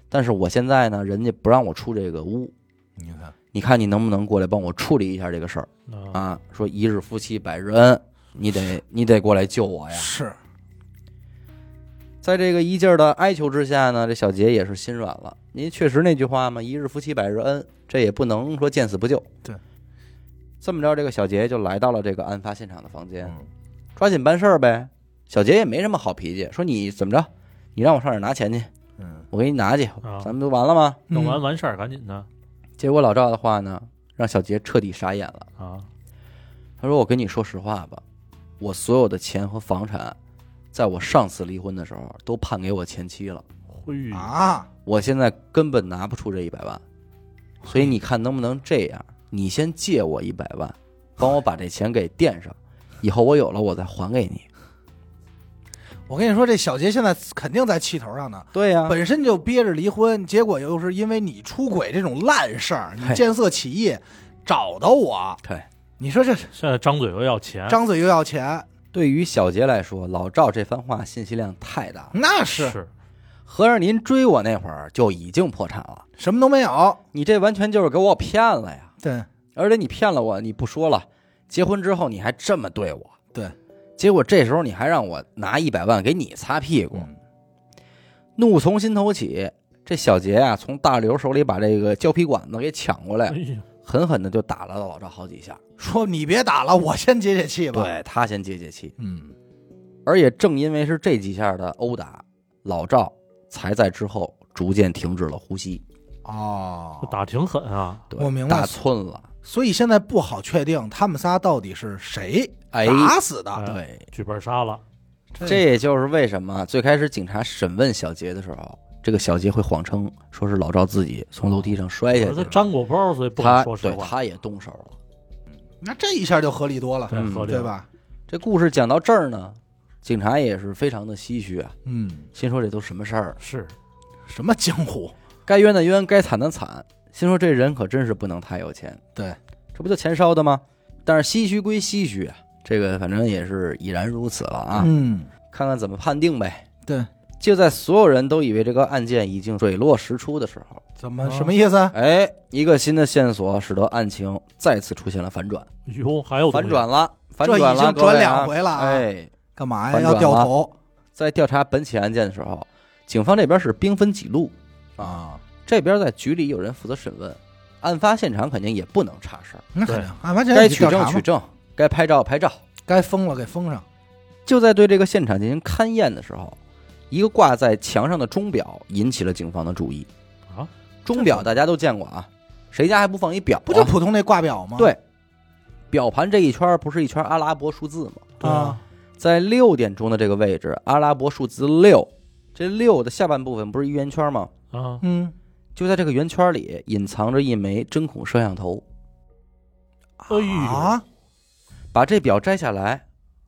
[SPEAKER 1] 但是我现在呢，人家不让我出这个屋，
[SPEAKER 2] 你看，
[SPEAKER 1] 你看你能不能过来帮我处理一下这个事儿
[SPEAKER 3] 啊，
[SPEAKER 1] 啊？说一日夫妻百日恩，你得你得过来救哎我呀。”
[SPEAKER 2] 是，
[SPEAKER 1] 在这个一劲儿的哀求之下呢，这小杰也是心软了。您确实那句话嘛，“一日夫妻百日恩”，这也不能说见死不救。
[SPEAKER 2] 对，
[SPEAKER 1] 这么着，这个小杰就来到了这个案发现场的房间，
[SPEAKER 2] 嗯
[SPEAKER 1] 抓紧办事儿呗。小杰也没什么好脾气，说你怎么着，你让我上哪儿拿钱去，
[SPEAKER 2] 嗯，
[SPEAKER 1] 我给你拿去
[SPEAKER 3] 啊，
[SPEAKER 1] 咱们就完了吗？
[SPEAKER 3] 弄完
[SPEAKER 2] 嗯
[SPEAKER 3] 完事儿赶紧的
[SPEAKER 1] 结果老赵的话呢，让小杰彻底傻眼了。
[SPEAKER 3] 啊，
[SPEAKER 1] 他说：“我跟你说实话吧，我所有的钱和房产，在我上次离婚的时候都判给我前妻了。”
[SPEAKER 3] 嘿，
[SPEAKER 2] 啊，
[SPEAKER 1] 我现在根本拿不出这一百万，所以你看能不能这样？你先借我一百万，帮我把这钱给垫上，以后我有了我再还给你。
[SPEAKER 2] 我跟你说，这小杰现在肯定在气头上呢，
[SPEAKER 1] 对呀、
[SPEAKER 2] 本身就憋着离婚，结果又是因为你出轨这种烂事儿，你
[SPEAKER 1] 嘿
[SPEAKER 2] 见色起意，找到我，
[SPEAKER 1] 对，
[SPEAKER 2] 你说这
[SPEAKER 3] 现在张嘴又要钱，
[SPEAKER 2] 张嘴又要钱，
[SPEAKER 1] 对于小杰来说，老赵这番话信息量太大了。
[SPEAKER 2] 那是
[SPEAKER 3] 是
[SPEAKER 1] 合着您追我那会儿就已经破产了，
[SPEAKER 2] 什么都没有。
[SPEAKER 1] 你这完全就是给我骗了呀！
[SPEAKER 2] 对，
[SPEAKER 1] 而且你骗了我，你不说了，结婚之后你还这么对我，
[SPEAKER 2] 对，
[SPEAKER 1] 结果这时候你还让我拿一百万给你擦屁股，
[SPEAKER 2] 嗯
[SPEAKER 1] 怒从心头起，这小杰啊，从大刘手里把这个胶皮管子给抢过
[SPEAKER 3] 哎
[SPEAKER 1] 来，
[SPEAKER 3] 呀，
[SPEAKER 1] 狠狠的就打了老赵好几下，
[SPEAKER 2] 说你别打了，我先解解气吧。，
[SPEAKER 1] 对他先解解气。
[SPEAKER 2] 嗯，
[SPEAKER 1] 而也正因为是这几下的殴打，老赵才在之后逐渐停止了呼吸，
[SPEAKER 2] 哦
[SPEAKER 3] 这，打挺狠啊，
[SPEAKER 1] 对
[SPEAKER 2] 我明白
[SPEAKER 1] 打寸了，
[SPEAKER 2] 所以现在不好确定他们仨到底是谁
[SPEAKER 1] 哎，
[SPEAKER 2] 打死的。
[SPEAKER 3] 哎
[SPEAKER 1] 对，
[SPEAKER 3] 剧本杀了，
[SPEAKER 1] 这也就是为什么最开始警察审问小杰的时候，这个小杰会谎称说是老赵自己从楼梯上摔下去
[SPEAKER 3] 可是他
[SPEAKER 1] 的，
[SPEAKER 3] 沾过包，所以不
[SPEAKER 1] 他
[SPEAKER 3] 敢说实
[SPEAKER 1] 对
[SPEAKER 3] 话，
[SPEAKER 1] 他也动手了。
[SPEAKER 2] 那这一下就合理多了，
[SPEAKER 3] 对，
[SPEAKER 1] 嗯
[SPEAKER 3] 合理
[SPEAKER 2] 对
[SPEAKER 3] 了？
[SPEAKER 2] 吧？
[SPEAKER 1] 这故事讲到这儿呢，警察也是非常的唏嘘啊，
[SPEAKER 2] 嗯，
[SPEAKER 1] 心说这都什么事儿啊？
[SPEAKER 3] 是
[SPEAKER 2] 什么江湖？
[SPEAKER 1] 该冤的冤，该惨的惨。心说这人可真是不能太有钱，
[SPEAKER 2] 对，
[SPEAKER 1] 这不就钱烧的吗？但是唏嘘归唏嘘啊，这个反正也是已然如此了啊，
[SPEAKER 2] 嗯，
[SPEAKER 1] 看看怎么判定呗。
[SPEAKER 2] 对，
[SPEAKER 1] 就在所有人都以为这个案件已经水落石出的时候，
[SPEAKER 2] 怎么
[SPEAKER 3] 啊
[SPEAKER 2] 什么意思？
[SPEAKER 1] 哎，一个新的线索使得案情再次出现了反转，
[SPEAKER 3] 哟，还有东
[SPEAKER 1] 反
[SPEAKER 3] 西
[SPEAKER 1] 转了，反
[SPEAKER 2] 这
[SPEAKER 1] 转
[SPEAKER 2] 已
[SPEAKER 1] 了，
[SPEAKER 2] 经
[SPEAKER 1] 各位
[SPEAKER 2] 转
[SPEAKER 1] 啊
[SPEAKER 2] 两回了啊，
[SPEAKER 1] 哎，
[SPEAKER 2] 干嘛呀？
[SPEAKER 1] 反转
[SPEAKER 2] 要掉头
[SPEAKER 1] 在调查本起案件的时候，警方这边是兵分几路，
[SPEAKER 2] 啊？
[SPEAKER 1] 这边在局里有人负责审问，案发现场肯定也不能差事儿。
[SPEAKER 2] 那肯定，啊，完全
[SPEAKER 1] 该
[SPEAKER 2] 去
[SPEAKER 1] 取
[SPEAKER 2] 调
[SPEAKER 1] 证
[SPEAKER 2] 查
[SPEAKER 1] 取啊
[SPEAKER 2] 嘛，
[SPEAKER 1] 证，该拍照拍照。
[SPEAKER 2] 该封了给封上。
[SPEAKER 1] 就在对这个现场进行勘验的时候，一个挂在墙上的钟表引起了警方的注意。
[SPEAKER 3] 啊，
[SPEAKER 1] 钟表大家都见过啊，谁家还不放一表啊？
[SPEAKER 2] 不就普通那挂表吗？啊
[SPEAKER 1] 对，表盘这一圈儿不是一圈阿拉伯数字吗？
[SPEAKER 3] 对
[SPEAKER 2] 啊，
[SPEAKER 1] 在六点钟的这个位置，阿拉伯数字六，这六的下半部分不是一圆圈吗？
[SPEAKER 3] 啊，
[SPEAKER 2] 嗯，
[SPEAKER 1] 就在这个圆圈里隐藏着一枚针孔摄像头，
[SPEAKER 3] 哎呦
[SPEAKER 2] 啊，
[SPEAKER 1] 把这表摘下来，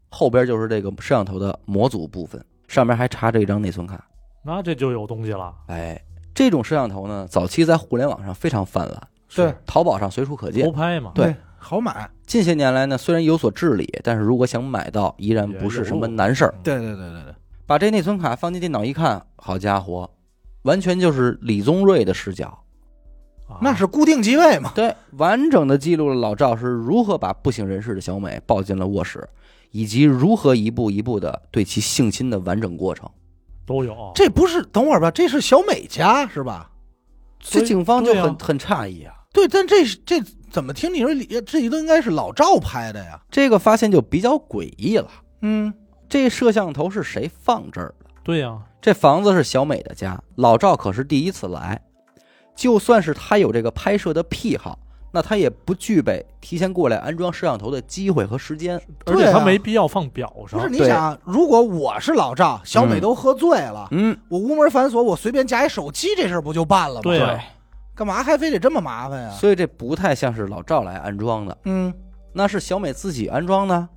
[SPEAKER 1] 后边就是这个摄像头的模组部分，上面还插着一张内存卡。
[SPEAKER 3] 那这就有东西了，
[SPEAKER 1] 哎，这种摄像头呢，早期在互联网上非常泛滥，
[SPEAKER 2] 对
[SPEAKER 1] 淘宝上随处可
[SPEAKER 3] 是偷
[SPEAKER 1] 见。
[SPEAKER 3] 拍嘛，
[SPEAKER 1] 对，
[SPEAKER 2] 好买，
[SPEAKER 1] 近些年来呢，虽然有所治理，但是如果想买到，依然不是什么难事儿。
[SPEAKER 2] 对对对对对，
[SPEAKER 1] 把这内存卡放进电脑一看，好家伙，完全就是李宗瑞的视角，
[SPEAKER 3] 啊
[SPEAKER 2] 那是固定机位嘛，
[SPEAKER 1] 对，完整的记录了老赵是如何把不省人事的小美抱进了卧室，以及如何一步一步的对其性侵的完整过程。
[SPEAKER 3] 都有，
[SPEAKER 2] 这不是等会儿吧？这是小美家是吧？
[SPEAKER 1] 这
[SPEAKER 3] 对
[SPEAKER 1] 警方就
[SPEAKER 3] 对啊
[SPEAKER 1] 很很诧异啊。
[SPEAKER 2] 对，但这是这怎么听你说李这都应该是老赵拍的呀？
[SPEAKER 1] 这个发现就比较诡异了。
[SPEAKER 2] 嗯，
[SPEAKER 1] 这摄像头是谁放这儿的？
[SPEAKER 3] 对呀，
[SPEAKER 1] 这房子是小美的家，老赵可是第一次来。就算是他有这个拍摄的癖好，那他也不具备提前过来安装摄像头的机会和时间。
[SPEAKER 3] 而
[SPEAKER 2] 对
[SPEAKER 3] 且
[SPEAKER 2] 啊
[SPEAKER 3] 他没必要放表
[SPEAKER 2] 不
[SPEAKER 3] 上
[SPEAKER 2] 是，，你
[SPEAKER 1] 啊对
[SPEAKER 2] 想，如果我是老赵，小美
[SPEAKER 1] 嗯
[SPEAKER 2] 都喝醉了，
[SPEAKER 1] 嗯，
[SPEAKER 2] 我无门反锁，我随便夹一手机，这事儿不就办了吗？
[SPEAKER 3] 对
[SPEAKER 1] 啊
[SPEAKER 3] 呀，
[SPEAKER 2] 干嘛还非得这么麻烦呀？
[SPEAKER 1] 所以这不太像是老赵来安装的，
[SPEAKER 2] 嗯，
[SPEAKER 1] 那是小美自己安装的。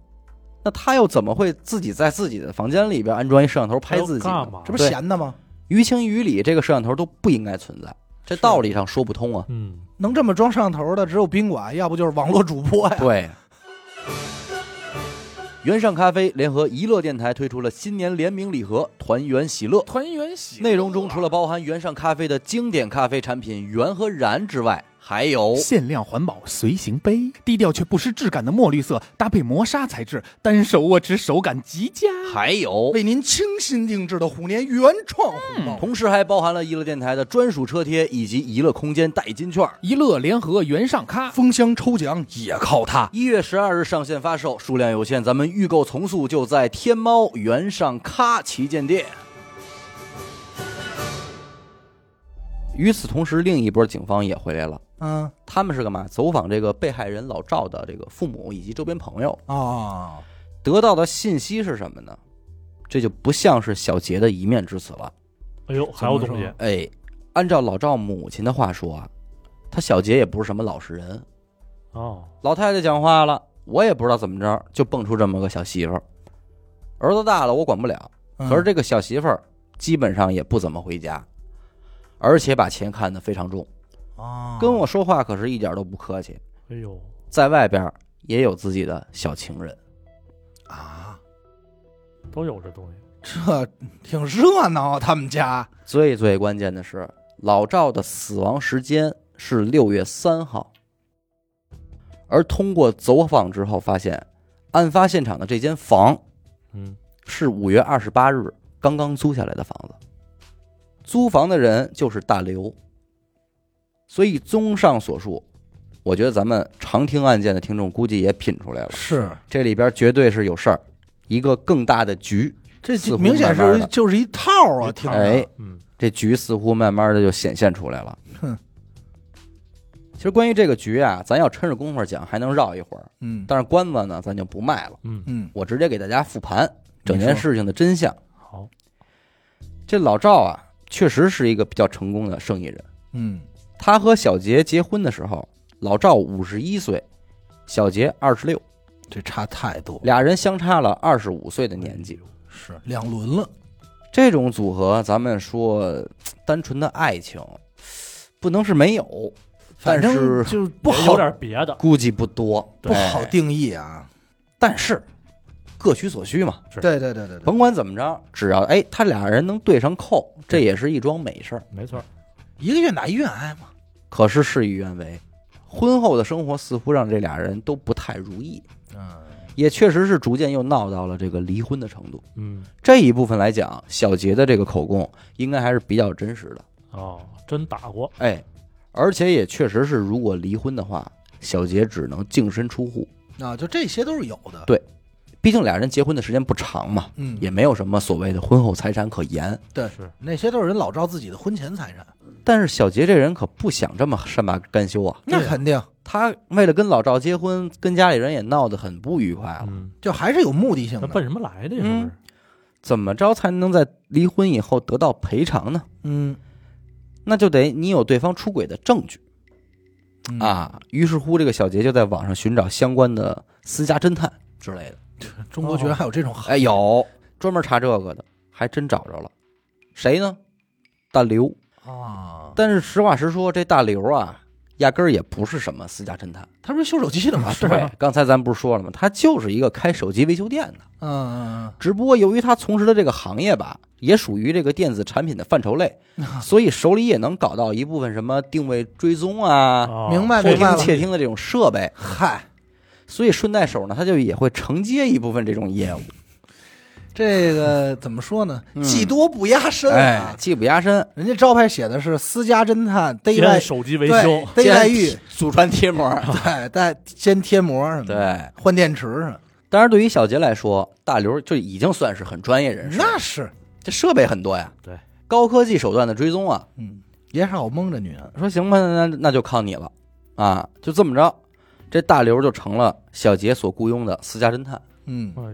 [SPEAKER 1] 那他又怎么会自己在自己的房间里边安装一摄像头拍自己
[SPEAKER 3] 还要
[SPEAKER 1] 呢
[SPEAKER 3] 干？嘛
[SPEAKER 2] 这不是闲的吗？
[SPEAKER 1] 于情于理，这个摄像头都不应该存在，这
[SPEAKER 2] 是
[SPEAKER 1] 道理上说不通啊。
[SPEAKER 3] 嗯，
[SPEAKER 2] 能这么装摄像头的只有宾馆，要不就是网络主播呀。
[SPEAKER 1] 对。原上咖啡联合娱乐电台推出了新年联名礼盒“团圆喜乐”，
[SPEAKER 4] 团圆喜
[SPEAKER 1] 内容中除了包含原上咖啡的经典咖啡产品原和燃之外，还
[SPEAKER 2] 哦
[SPEAKER 1] 有
[SPEAKER 4] 限量环保随行杯，低调却不失质感的墨绿色，搭配磨砂材质，单手握持手感极佳。
[SPEAKER 1] 还有，
[SPEAKER 2] 为您倾心定制的虎年原创红包，
[SPEAKER 1] 同时还包含了娱乐电台的专属车贴以及娱乐空间代金券。
[SPEAKER 4] 一乐联合原上
[SPEAKER 1] 嗯
[SPEAKER 4] 咖，
[SPEAKER 2] 封箱抽奖也靠它。
[SPEAKER 1] 一月十二日上线发售，数量有限，咱们预购从速就在天猫原上咖旗舰店。与此同时，另一波警方也回来了，
[SPEAKER 2] 嗯
[SPEAKER 1] 他们是干嘛？走访这个被害人老赵的这个父母以及周边朋友，
[SPEAKER 2] 哦，
[SPEAKER 1] 得到的信息是什么呢？这就不像是小杰的一面之词了。
[SPEAKER 3] 哎呦，还有
[SPEAKER 2] 怎么
[SPEAKER 3] 东西
[SPEAKER 2] 说，
[SPEAKER 1] 哎，按照老赵母亲的话说啊，他小杰也不是什么老实人，
[SPEAKER 3] 哦，
[SPEAKER 1] 老太太讲话了，我也不知道怎么着，就蹦出这么个小媳妇儿。儿子大了，我管不了，
[SPEAKER 2] 嗯
[SPEAKER 1] 可是这个小媳妇儿基本上也不怎么回家，而且把钱看得非常重，
[SPEAKER 2] 哦
[SPEAKER 1] 跟我说话可是一点都不客气，
[SPEAKER 3] 哎呦，
[SPEAKER 1] 在外边儿也有自己的小情人。
[SPEAKER 2] 啊，
[SPEAKER 3] 都有这东西，
[SPEAKER 2] 这 挺热闹啊，他们家
[SPEAKER 1] 最最关键的是，老赵的死亡时间是六月三号，而通过走访之后发现，案发现场的这间房
[SPEAKER 3] 嗯，
[SPEAKER 1] 是五月二十八日刚刚租下来的房子，租房的人就是大刘。所以，综上所述，我觉得咱们常听案件的听众估计也品出来了，
[SPEAKER 2] 是
[SPEAKER 1] 这里边绝对是有事儿，一个更大的局。
[SPEAKER 2] 这
[SPEAKER 1] 似乎
[SPEAKER 2] 明显
[SPEAKER 1] 慢慢
[SPEAKER 2] 是
[SPEAKER 1] 地
[SPEAKER 2] 就是一套啊，听着
[SPEAKER 1] 哎，
[SPEAKER 3] 嗯，
[SPEAKER 1] 这局似乎慢慢的就显现出来了。
[SPEAKER 2] 哼，
[SPEAKER 1] 其实关于这个局啊，咱要趁着功夫讲，还能绕一会儿。
[SPEAKER 2] 嗯
[SPEAKER 1] 但是关子呢，咱就不卖了，
[SPEAKER 3] 嗯，
[SPEAKER 2] 嗯，
[SPEAKER 1] 我直接给大家复盘整件
[SPEAKER 2] 你说
[SPEAKER 1] 事情的真相。
[SPEAKER 3] 好，
[SPEAKER 1] 这老赵啊，确实是一个比较成功的生意人。
[SPEAKER 2] 嗯
[SPEAKER 1] 他和小杰结婚的时候，老赵五十一岁，小杰二十六，
[SPEAKER 2] 这差太多，
[SPEAKER 1] 俩人相差了二十五岁的年
[SPEAKER 3] 哎
[SPEAKER 2] 嗯
[SPEAKER 1] 纪。
[SPEAKER 2] 是两轮了，
[SPEAKER 1] 这种组合，咱们说呃单纯的爱情，不能是没有，但
[SPEAKER 2] 反正
[SPEAKER 1] 是
[SPEAKER 2] 就不
[SPEAKER 3] 不有
[SPEAKER 2] 好
[SPEAKER 3] 点别的，
[SPEAKER 1] 估计不多，
[SPEAKER 2] 不好
[SPEAKER 1] 哎
[SPEAKER 2] 定义啊。
[SPEAKER 1] 但是各取所需嘛，
[SPEAKER 3] 是
[SPEAKER 2] 对对对对对，
[SPEAKER 1] 甭管怎么着，只要哎他俩人能对上扣，这也是一桩美事儿。
[SPEAKER 3] 没错，
[SPEAKER 2] 一个愿打一个愿挨嘛。
[SPEAKER 1] 可是事与愿违，婚后的生活似乎让这俩人都不太如意，
[SPEAKER 2] 嗯，
[SPEAKER 1] 也确实是逐渐又闹到了这个离婚的程度。
[SPEAKER 3] 嗯，
[SPEAKER 1] 这一部分来讲，小杰的这个口供应该还是比较真实的，
[SPEAKER 3] 哦，真打过，
[SPEAKER 1] 哎，而且也确实是，如果离婚的话，小杰只能净身出户，
[SPEAKER 2] 啊，就这些都是有的。
[SPEAKER 1] 对毕竟俩人结婚的时间不长嘛，
[SPEAKER 2] 嗯，
[SPEAKER 1] 也没有什么所谓的婚后财产可言。
[SPEAKER 3] 是，
[SPEAKER 2] 那些都是人老赵自己的婚前财产，
[SPEAKER 1] 但是小杰这人可不想这么善罢甘休啊，
[SPEAKER 2] 那
[SPEAKER 4] 对啊
[SPEAKER 2] 肯定
[SPEAKER 1] 他为了跟老赵结婚，跟家里人也闹得很不愉快啊了。
[SPEAKER 3] 嗯，
[SPEAKER 2] 就还是有目的性
[SPEAKER 3] 那
[SPEAKER 2] 的。
[SPEAKER 3] 奔什么来的呀？是不是？
[SPEAKER 1] 怎么着才能在离婚以后得到赔偿呢？
[SPEAKER 2] 嗯
[SPEAKER 1] 那就得你有对方出轨的证据。
[SPEAKER 2] 嗯
[SPEAKER 1] 啊，于是乎，这个小杰就在网上寻找相关的私家侦探之类的。
[SPEAKER 2] 中国居然还有这种
[SPEAKER 1] 哎，有专门查这个的，还真找着了。谁呢？大刘。
[SPEAKER 2] 啊？
[SPEAKER 1] 但是实话实说，这大刘啊，压根儿也不是什么私家侦探。
[SPEAKER 2] 他不是啊修手机的吗？
[SPEAKER 1] 对，刚才咱不是说了吗？他就是一个开手机维修店的，
[SPEAKER 2] 嗯嗯
[SPEAKER 1] 只不过由于他从事的这个行业吧，也属于这个电子产品的范畴 类，所以手里也能搞到一部分什么定位追踪啊、
[SPEAKER 3] 哦
[SPEAKER 2] 明白
[SPEAKER 1] 窃
[SPEAKER 2] 明白
[SPEAKER 1] 听
[SPEAKER 2] 了
[SPEAKER 1] 窃听的这种设备。
[SPEAKER 2] 嗯，嗨，
[SPEAKER 1] 所以顺带手呢，他就也会承接一部分这种业务，
[SPEAKER 2] 这个怎么说呢
[SPEAKER 1] 嗯？
[SPEAKER 2] 技多不压身
[SPEAKER 1] 哎
[SPEAKER 2] 啊，。
[SPEAKER 1] 技不压身，
[SPEAKER 2] 人家招牌写的是私家侦探逮
[SPEAKER 3] 接
[SPEAKER 2] 外
[SPEAKER 3] 手机维
[SPEAKER 2] 对
[SPEAKER 3] 修，
[SPEAKER 2] 逮外遇，
[SPEAKER 1] 祖传 贴膜。啊
[SPEAKER 2] 对，带先贴膜什么
[SPEAKER 1] 对
[SPEAKER 2] 的，，换电池什么
[SPEAKER 1] 当然对于小杰来说，大刘就已经算是很专业人
[SPEAKER 2] 的，
[SPEAKER 1] 士，
[SPEAKER 2] 那是，
[SPEAKER 1] 这设备很多呀，
[SPEAKER 3] 对，
[SPEAKER 1] 高科技手段的追踪啊，
[SPEAKER 2] 嗯，也少蒙着女人，
[SPEAKER 1] 说行吧，那那就靠你了啊！就这么着，这大刘就成了小杰所雇佣的私家侦探。
[SPEAKER 2] 嗯
[SPEAKER 3] 哎，呦，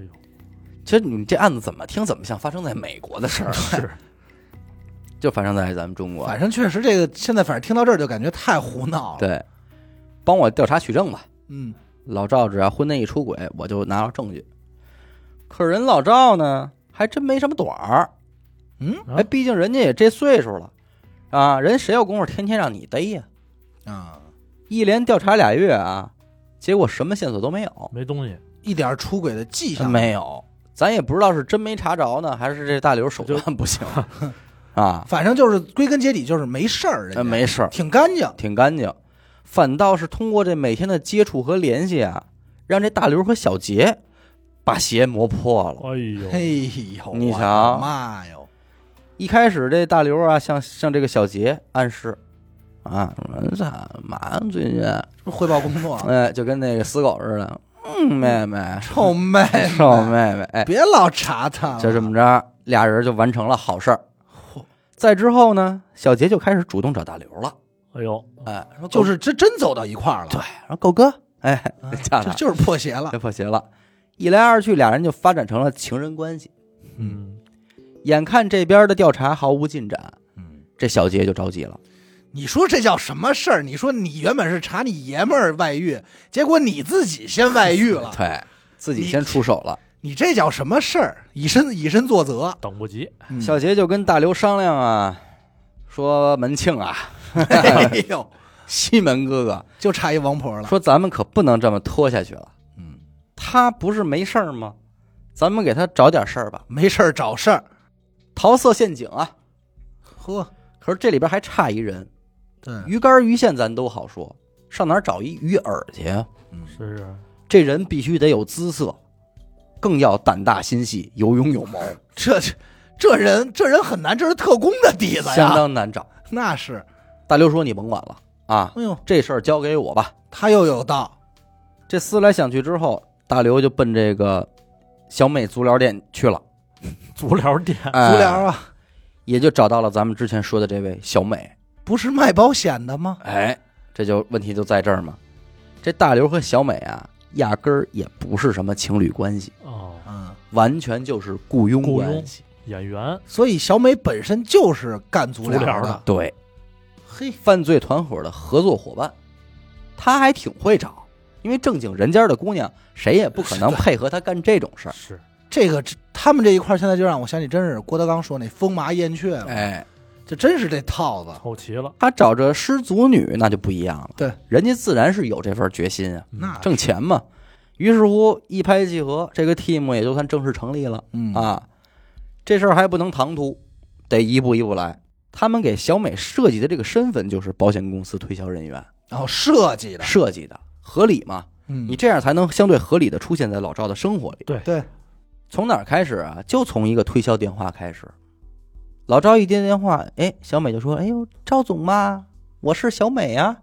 [SPEAKER 1] 其实你们这案子怎么听怎么像发生在美国的事 儿，啊
[SPEAKER 3] 是，
[SPEAKER 1] 就发生在咱们中国。
[SPEAKER 2] 反正确实这个现在反正听到这儿就感觉太胡闹了，
[SPEAKER 1] 对，帮我调查取证吧。
[SPEAKER 2] 嗯
[SPEAKER 1] 老赵只要婚内一出轨，我就拿到证据。可人老赵呢，还真没什么短儿。
[SPEAKER 2] 嗯
[SPEAKER 3] 啊
[SPEAKER 1] 哎，毕竟人家也这岁数了，啊，人谁有功夫天天让你逮呀？
[SPEAKER 2] 啊，
[SPEAKER 1] 一连调查俩月啊，结果什么线索都没有，
[SPEAKER 3] 没东西，
[SPEAKER 2] 一点出轨的迹象
[SPEAKER 1] 没。有，咱也不知道是真没查着呢，还是这大刘手段不 行啊？
[SPEAKER 2] 反正就是归根结底就是没事儿，人家
[SPEAKER 1] 呃，没事儿，
[SPEAKER 2] 挺干净。
[SPEAKER 1] 挺干净，反倒是通过这每天的接触和联系啊，让这大刘和小杰把鞋磨破了。
[SPEAKER 3] 哎呦，
[SPEAKER 2] 嘿呦，
[SPEAKER 1] 你
[SPEAKER 2] 我的
[SPEAKER 1] 瞧
[SPEAKER 2] 妈哟，
[SPEAKER 1] 一开始这大刘啊，向向这个小杰暗示啊，我操，嘛呢最近，
[SPEAKER 2] 这不汇报工 作啊，
[SPEAKER 1] 哎，就跟那个死狗似的，嗯，妹妹，嗯
[SPEAKER 2] 臭妹妹，
[SPEAKER 1] 臭妹妹，哎，
[SPEAKER 2] 别老查他了，
[SPEAKER 1] 就这么着，俩人就完成了好事儿
[SPEAKER 2] 嚯。
[SPEAKER 1] 再之后呢，小杰就开始主动找大刘了，
[SPEAKER 3] 哎呦，
[SPEAKER 1] 哎，说
[SPEAKER 2] 就
[SPEAKER 1] 就是
[SPEAKER 2] 这真走到一块儿了，
[SPEAKER 1] 对，说狗哥，哎，
[SPEAKER 2] 啊，
[SPEAKER 1] 叫
[SPEAKER 2] 这
[SPEAKER 1] 他
[SPEAKER 2] 就是破鞋 了
[SPEAKER 1] 别破鞋了。一来二去，俩人就发展成了情人关系。
[SPEAKER 3] 嗯，
[SPEAKER 1] 眼看这边的调查毫无进展，
[SPEAKER 2] 嗯，
[SPEAKER 1] 这小杰就着急了。
[SPEAKER 2] 你说这叫什么事儿？你说你原本是查你爷们儿外遇，结果你自己先外遇 了，
[SPEAKER 1] 对，自己
[SPEAKER 2] 你
[SPEAKER 1] 先出手了。
[SPEAKER 2] 你这叫什么事儿？以身以身作则。
[SPEAKER 3] 等不及，
[SPEAKER 2] 嗯
[SPEAKER 1] 小杰就跟大刘商量啊，说门庆啊，
[SPEAKER 2] 哎呦，
[SPEAKER 1] 西门哥哥，
[SPEAKER 2] 就差一王婆了。
[SPEAKER 1] 说咱们可不能这么拖下去了。
[SPEAKER 2] 嗯，
[SPEAKER 1] 他不是没事儿吗？咱们给他找点事儿吧，
[SPEAKER 2] 没事儿找事儿，
[SPEAKER 1] 桃色陷阱啊。
[SPEAKER 2] 呵，
[SPEAKER 1] 可是这里边还差一人，
[SPEAKER 2] 对，
[SPEAKER 1] 鱼竿鱼线咱都好说，上哪儿找一鱼饵去啊？
[SPEAKER 2] 嗯
[SPEAKER 3] 是是，
[SPEAKER 1] 这人必须得有姿色，更要胆大心细、有勇有谋，
[SPEAKER 2] 这这这人这人很难，这是特工的底子
[SPEAKER 1] 相
[SPEAKER 2] 呀，
[SPEAKER 1] 当难找。
[SPEAKER 2] 那是。
[SPEAKER 1] 大刘说：“你甭管了啊，
[SPEAKER 2] 哎呦，
[SPEAKER 1] 这事儿交给我吧。”
[SPEAKER 2] 他又有道，
[SPEAKER 1] 这思来想去之后，大刘就奔这个小美足疗店去了，
[SPEAKER 3] 足疗店，
[SPEAKER 1] 哎
[SPEAKER 2] 足疗啊，
[SPEAKER 1] 也就找到了咱们之前说的这位小美。
[SPEAKER 2] 不是卖保险的吗？
[SPEAKER 1] 哎，这就问题就在这儿嘛。这大刘和小美啊，压根儿也不是什么情侣关系，
[SPEAKER 3] 哦，
[SPEAKER 2] 嗯，
[SPEAKER 1] 完全就是雇佣
[SPEAKER 3] 雇佣
[SPEAKER 1] 关系。
[SPEAKER 3] 演员，
[SPEAKER 2] 所以小美本身就是干足
[SPEAKER 3] 足
[SPEAKER 2] 疗
[SPEAKER 3] 疗的，
[SPEAKER 1] 对，
[SPEAKER 2] 嘿，
[SPEAKER 1] 犯罪团伙的合作伙伴，他还挺会找，因为正经人家的姑娘，谁也不可能
[SPEAKER 2] 是
[SPEAKER 1] 配合他干这种事儿。
[SPEAKER 3] 是
[SPEAKER 2] 这个这他们这一块儿现在就让我想起，真是郭德纲说那风麻燕雀了，
[SPEAKER 1] 哎，
[SPEAKER 2] 这真是这套子，
[SPEAKER 3] 凑齐了，
[SPEAKER 1] 他找着失足女那就不一样了，
[SPEAKER 2] 对，
[SPEAKER 1] 人家自然是有这份决心啊。
[SPEAKER 3] 嗯
[SPEAKER 2] 那
[SPEAKER 1] 挣钱嘛。于是乎一拍即合，这个 team 也就算正式成立了
[SPEAKER 2] 嗯，
[SPEAKER 1] 啊。这事儿还不能唐突，得一步一步来。他们给小美设计的这个身份就是保险公司推销人员
[SPEAKER 2] 然后设计的，
[SPEAKER 1] 设计的，合理嘛？
[SPEAKER 2] 嗯，
[SPEAKER 1] 你这样才能相对合理的出现在老赵的生活里。
[SPEAKER 2] 对，
[SPEAKER 1] 从哪儿开始啊？就从一个推销电话开始。老赵一接电话，哎，小美就说：“哎呦，赵总吧，我是小美啊，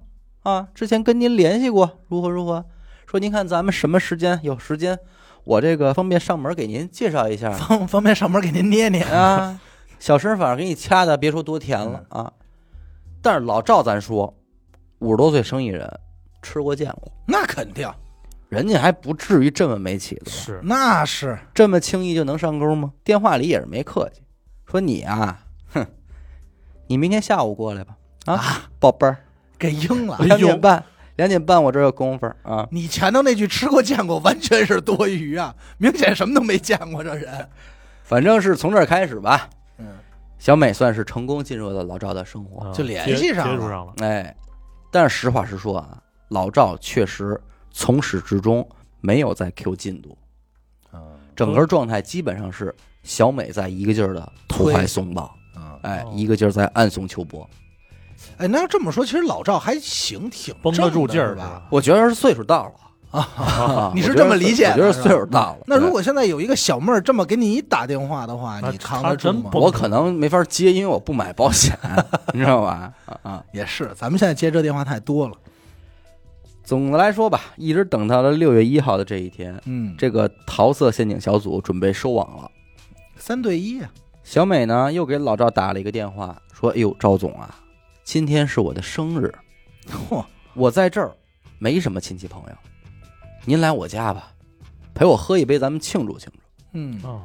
[SPEAKER 1] 啊，之前跟您联系过，如何如何？说您看咱们什么时间有时间，我这个方便上门给您介绍一下
[SPEAKER 2] 方方便上门给您捏捏，
[SPEAKER 1] 啊。小身法给你掐的，别说多甜了啊。但是老赵，咱说五十多岁生意人，吃过见过，
[SPEAKER 2] 那肯定，
[SPEAKER 1] 人家还不至于这么没起子。
[SPEAKER 3] 嗯是
[SPEAKER 2] 那是
[SPEAKER 1] 这么轻易就能上钩吗？电话里也是没客气，说你啊，哼，你明天下午过来吧，啊，宝贝儿，
[SPEAKER 2] 给应
[SPEAKER 3] 哎
[SPEAKER 2] 了。
[SPEAKER 1] 两点半，两点半我这儿有工夫啊。
[SPEAKER 2] 你前头那句吃过见过完全是多余啊，明显什么都没见过这人。
[SPEAKER 1] 反正是从这儿开始吧。
[SPEAKER 2] 嗯，
[SPEAKER 1] 小美算是成功进入了老赵的生活，
[SPEAKER 3] 嗯
[SPEAKER 2] 就联
[SPEAKER 3] 接
[SPEAKER 2] 系上了
[SPEAKER 3] 接触上了，
[SPEAKER 1] 哎，但是实话实说啊，老赵确实从始至终没有在 Q 进度，整个状态基本上是小美在一个劲儿的投怀送抱，
[SPEAKER 2] 嗯，
[SPEAKER 1] 哎，
[SPEAKER 3] 哦
[SPEAKER 1] 一个劲儿在暗送秋波。
[SPEAKER 2] 哎，那要这么说，其实老赵还行，挺
[SPEAKER 3] 绷得
[SPEAKER 2] 正
[SPEAKER 3] 住
[SPEAKER 2] 的
[SPEAKER 3] 劲儿
[SPEAKER 2] 是
[SPEAKER 3] 是
[SPEAKER 2] 吧？
[SPEAKER 3] 吧？
[SPEAKER 1] 我觉得是岁数到了 啊
[SPEAKER 2] 你是这么理解的
[SPEAKER 1] 我觉得
[SPEAKER 2] 是
[SPEAKER 1] 岁
[SPEAKER 2] 吧
[SPEAKER 1] 数到了。
[SPEAKER 2] 那如果现在有一个小妹儿这么给你打电话的话，
[SPEAKER 3] 那
[SPEAKER 2] 你扛
[SPEAKER 3] 他
[SPEAKER 2] 得住
[SPEAKER 3] 真
[SPEAKER 2] 吗
[SPEAKER 1] 对
[SPEAKER 3] 不？
[SPEAKER 1] 我可能没法接，因为我不买保险， 你知道吧？啊啊！
[SPEAKER 2] 也是，咱们现在接这电话太多了。
[SPEAKER 1] 总的来说吧，一直等到了六月一号的这一天，
[SPEAKER 2] 嗯，
[SPEAKER 1] 这个桃色陷阱小组准备收网了。
[SPEAKER 2] 三对一啊，
[SPEAKER 1] 小美呢，又给老赵打了一个电话，说：“哎呦，赵总啊，今天是我的生日，
[SPEAKER 2] 嚯，
[SPEAKER 1] 我在这儿没什么亲戚朋友，您来我家吧，陪我喝一杯，咱们庆祝庆祝。”
[SPEAKER 2] 嗯，
[SPEAKER 3] 哦，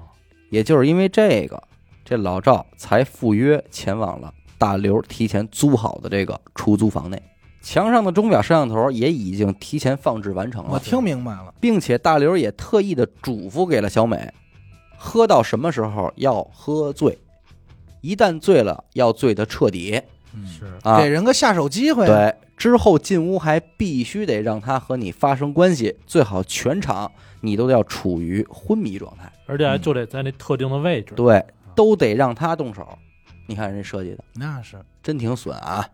[SPEAKER 1] 也就是因为这个，这老赵才赴约前往了大刘提前租好的这个出租房内。墙上的钟表摄像头也已经提前放置完成
[SPEAKER 2] 我
[SPEAKER 3] 哦
[SPEAKER 1] 了，
[SPEAKER 2] 听明白了，
[SPEAKER 1] 并且大刘也特意的嘱咐给了小美，喝到什么时候要喝醉，一旦醉了要醉得彻底
[SPEAKER 3] 嗯是
[SPEAKER 1] 啊
[SPEAKER 2] 嗯给。人个下手机会。，啊
[SPEAKER 1] 对，之后进屋还必须得让他和你发生关系，最好全场你都要处于昏迷状态。
[SPEAKER 3] 而且还
[SPEAKER 2] 嗯
[SPEAKER 3] 就得在那特定的位置。
[SPEAKER 1] 对，都得让他动手。你看人家设计的
[SPEAKER 2] 那是。
[SPEAKER 1] 真挺损啊，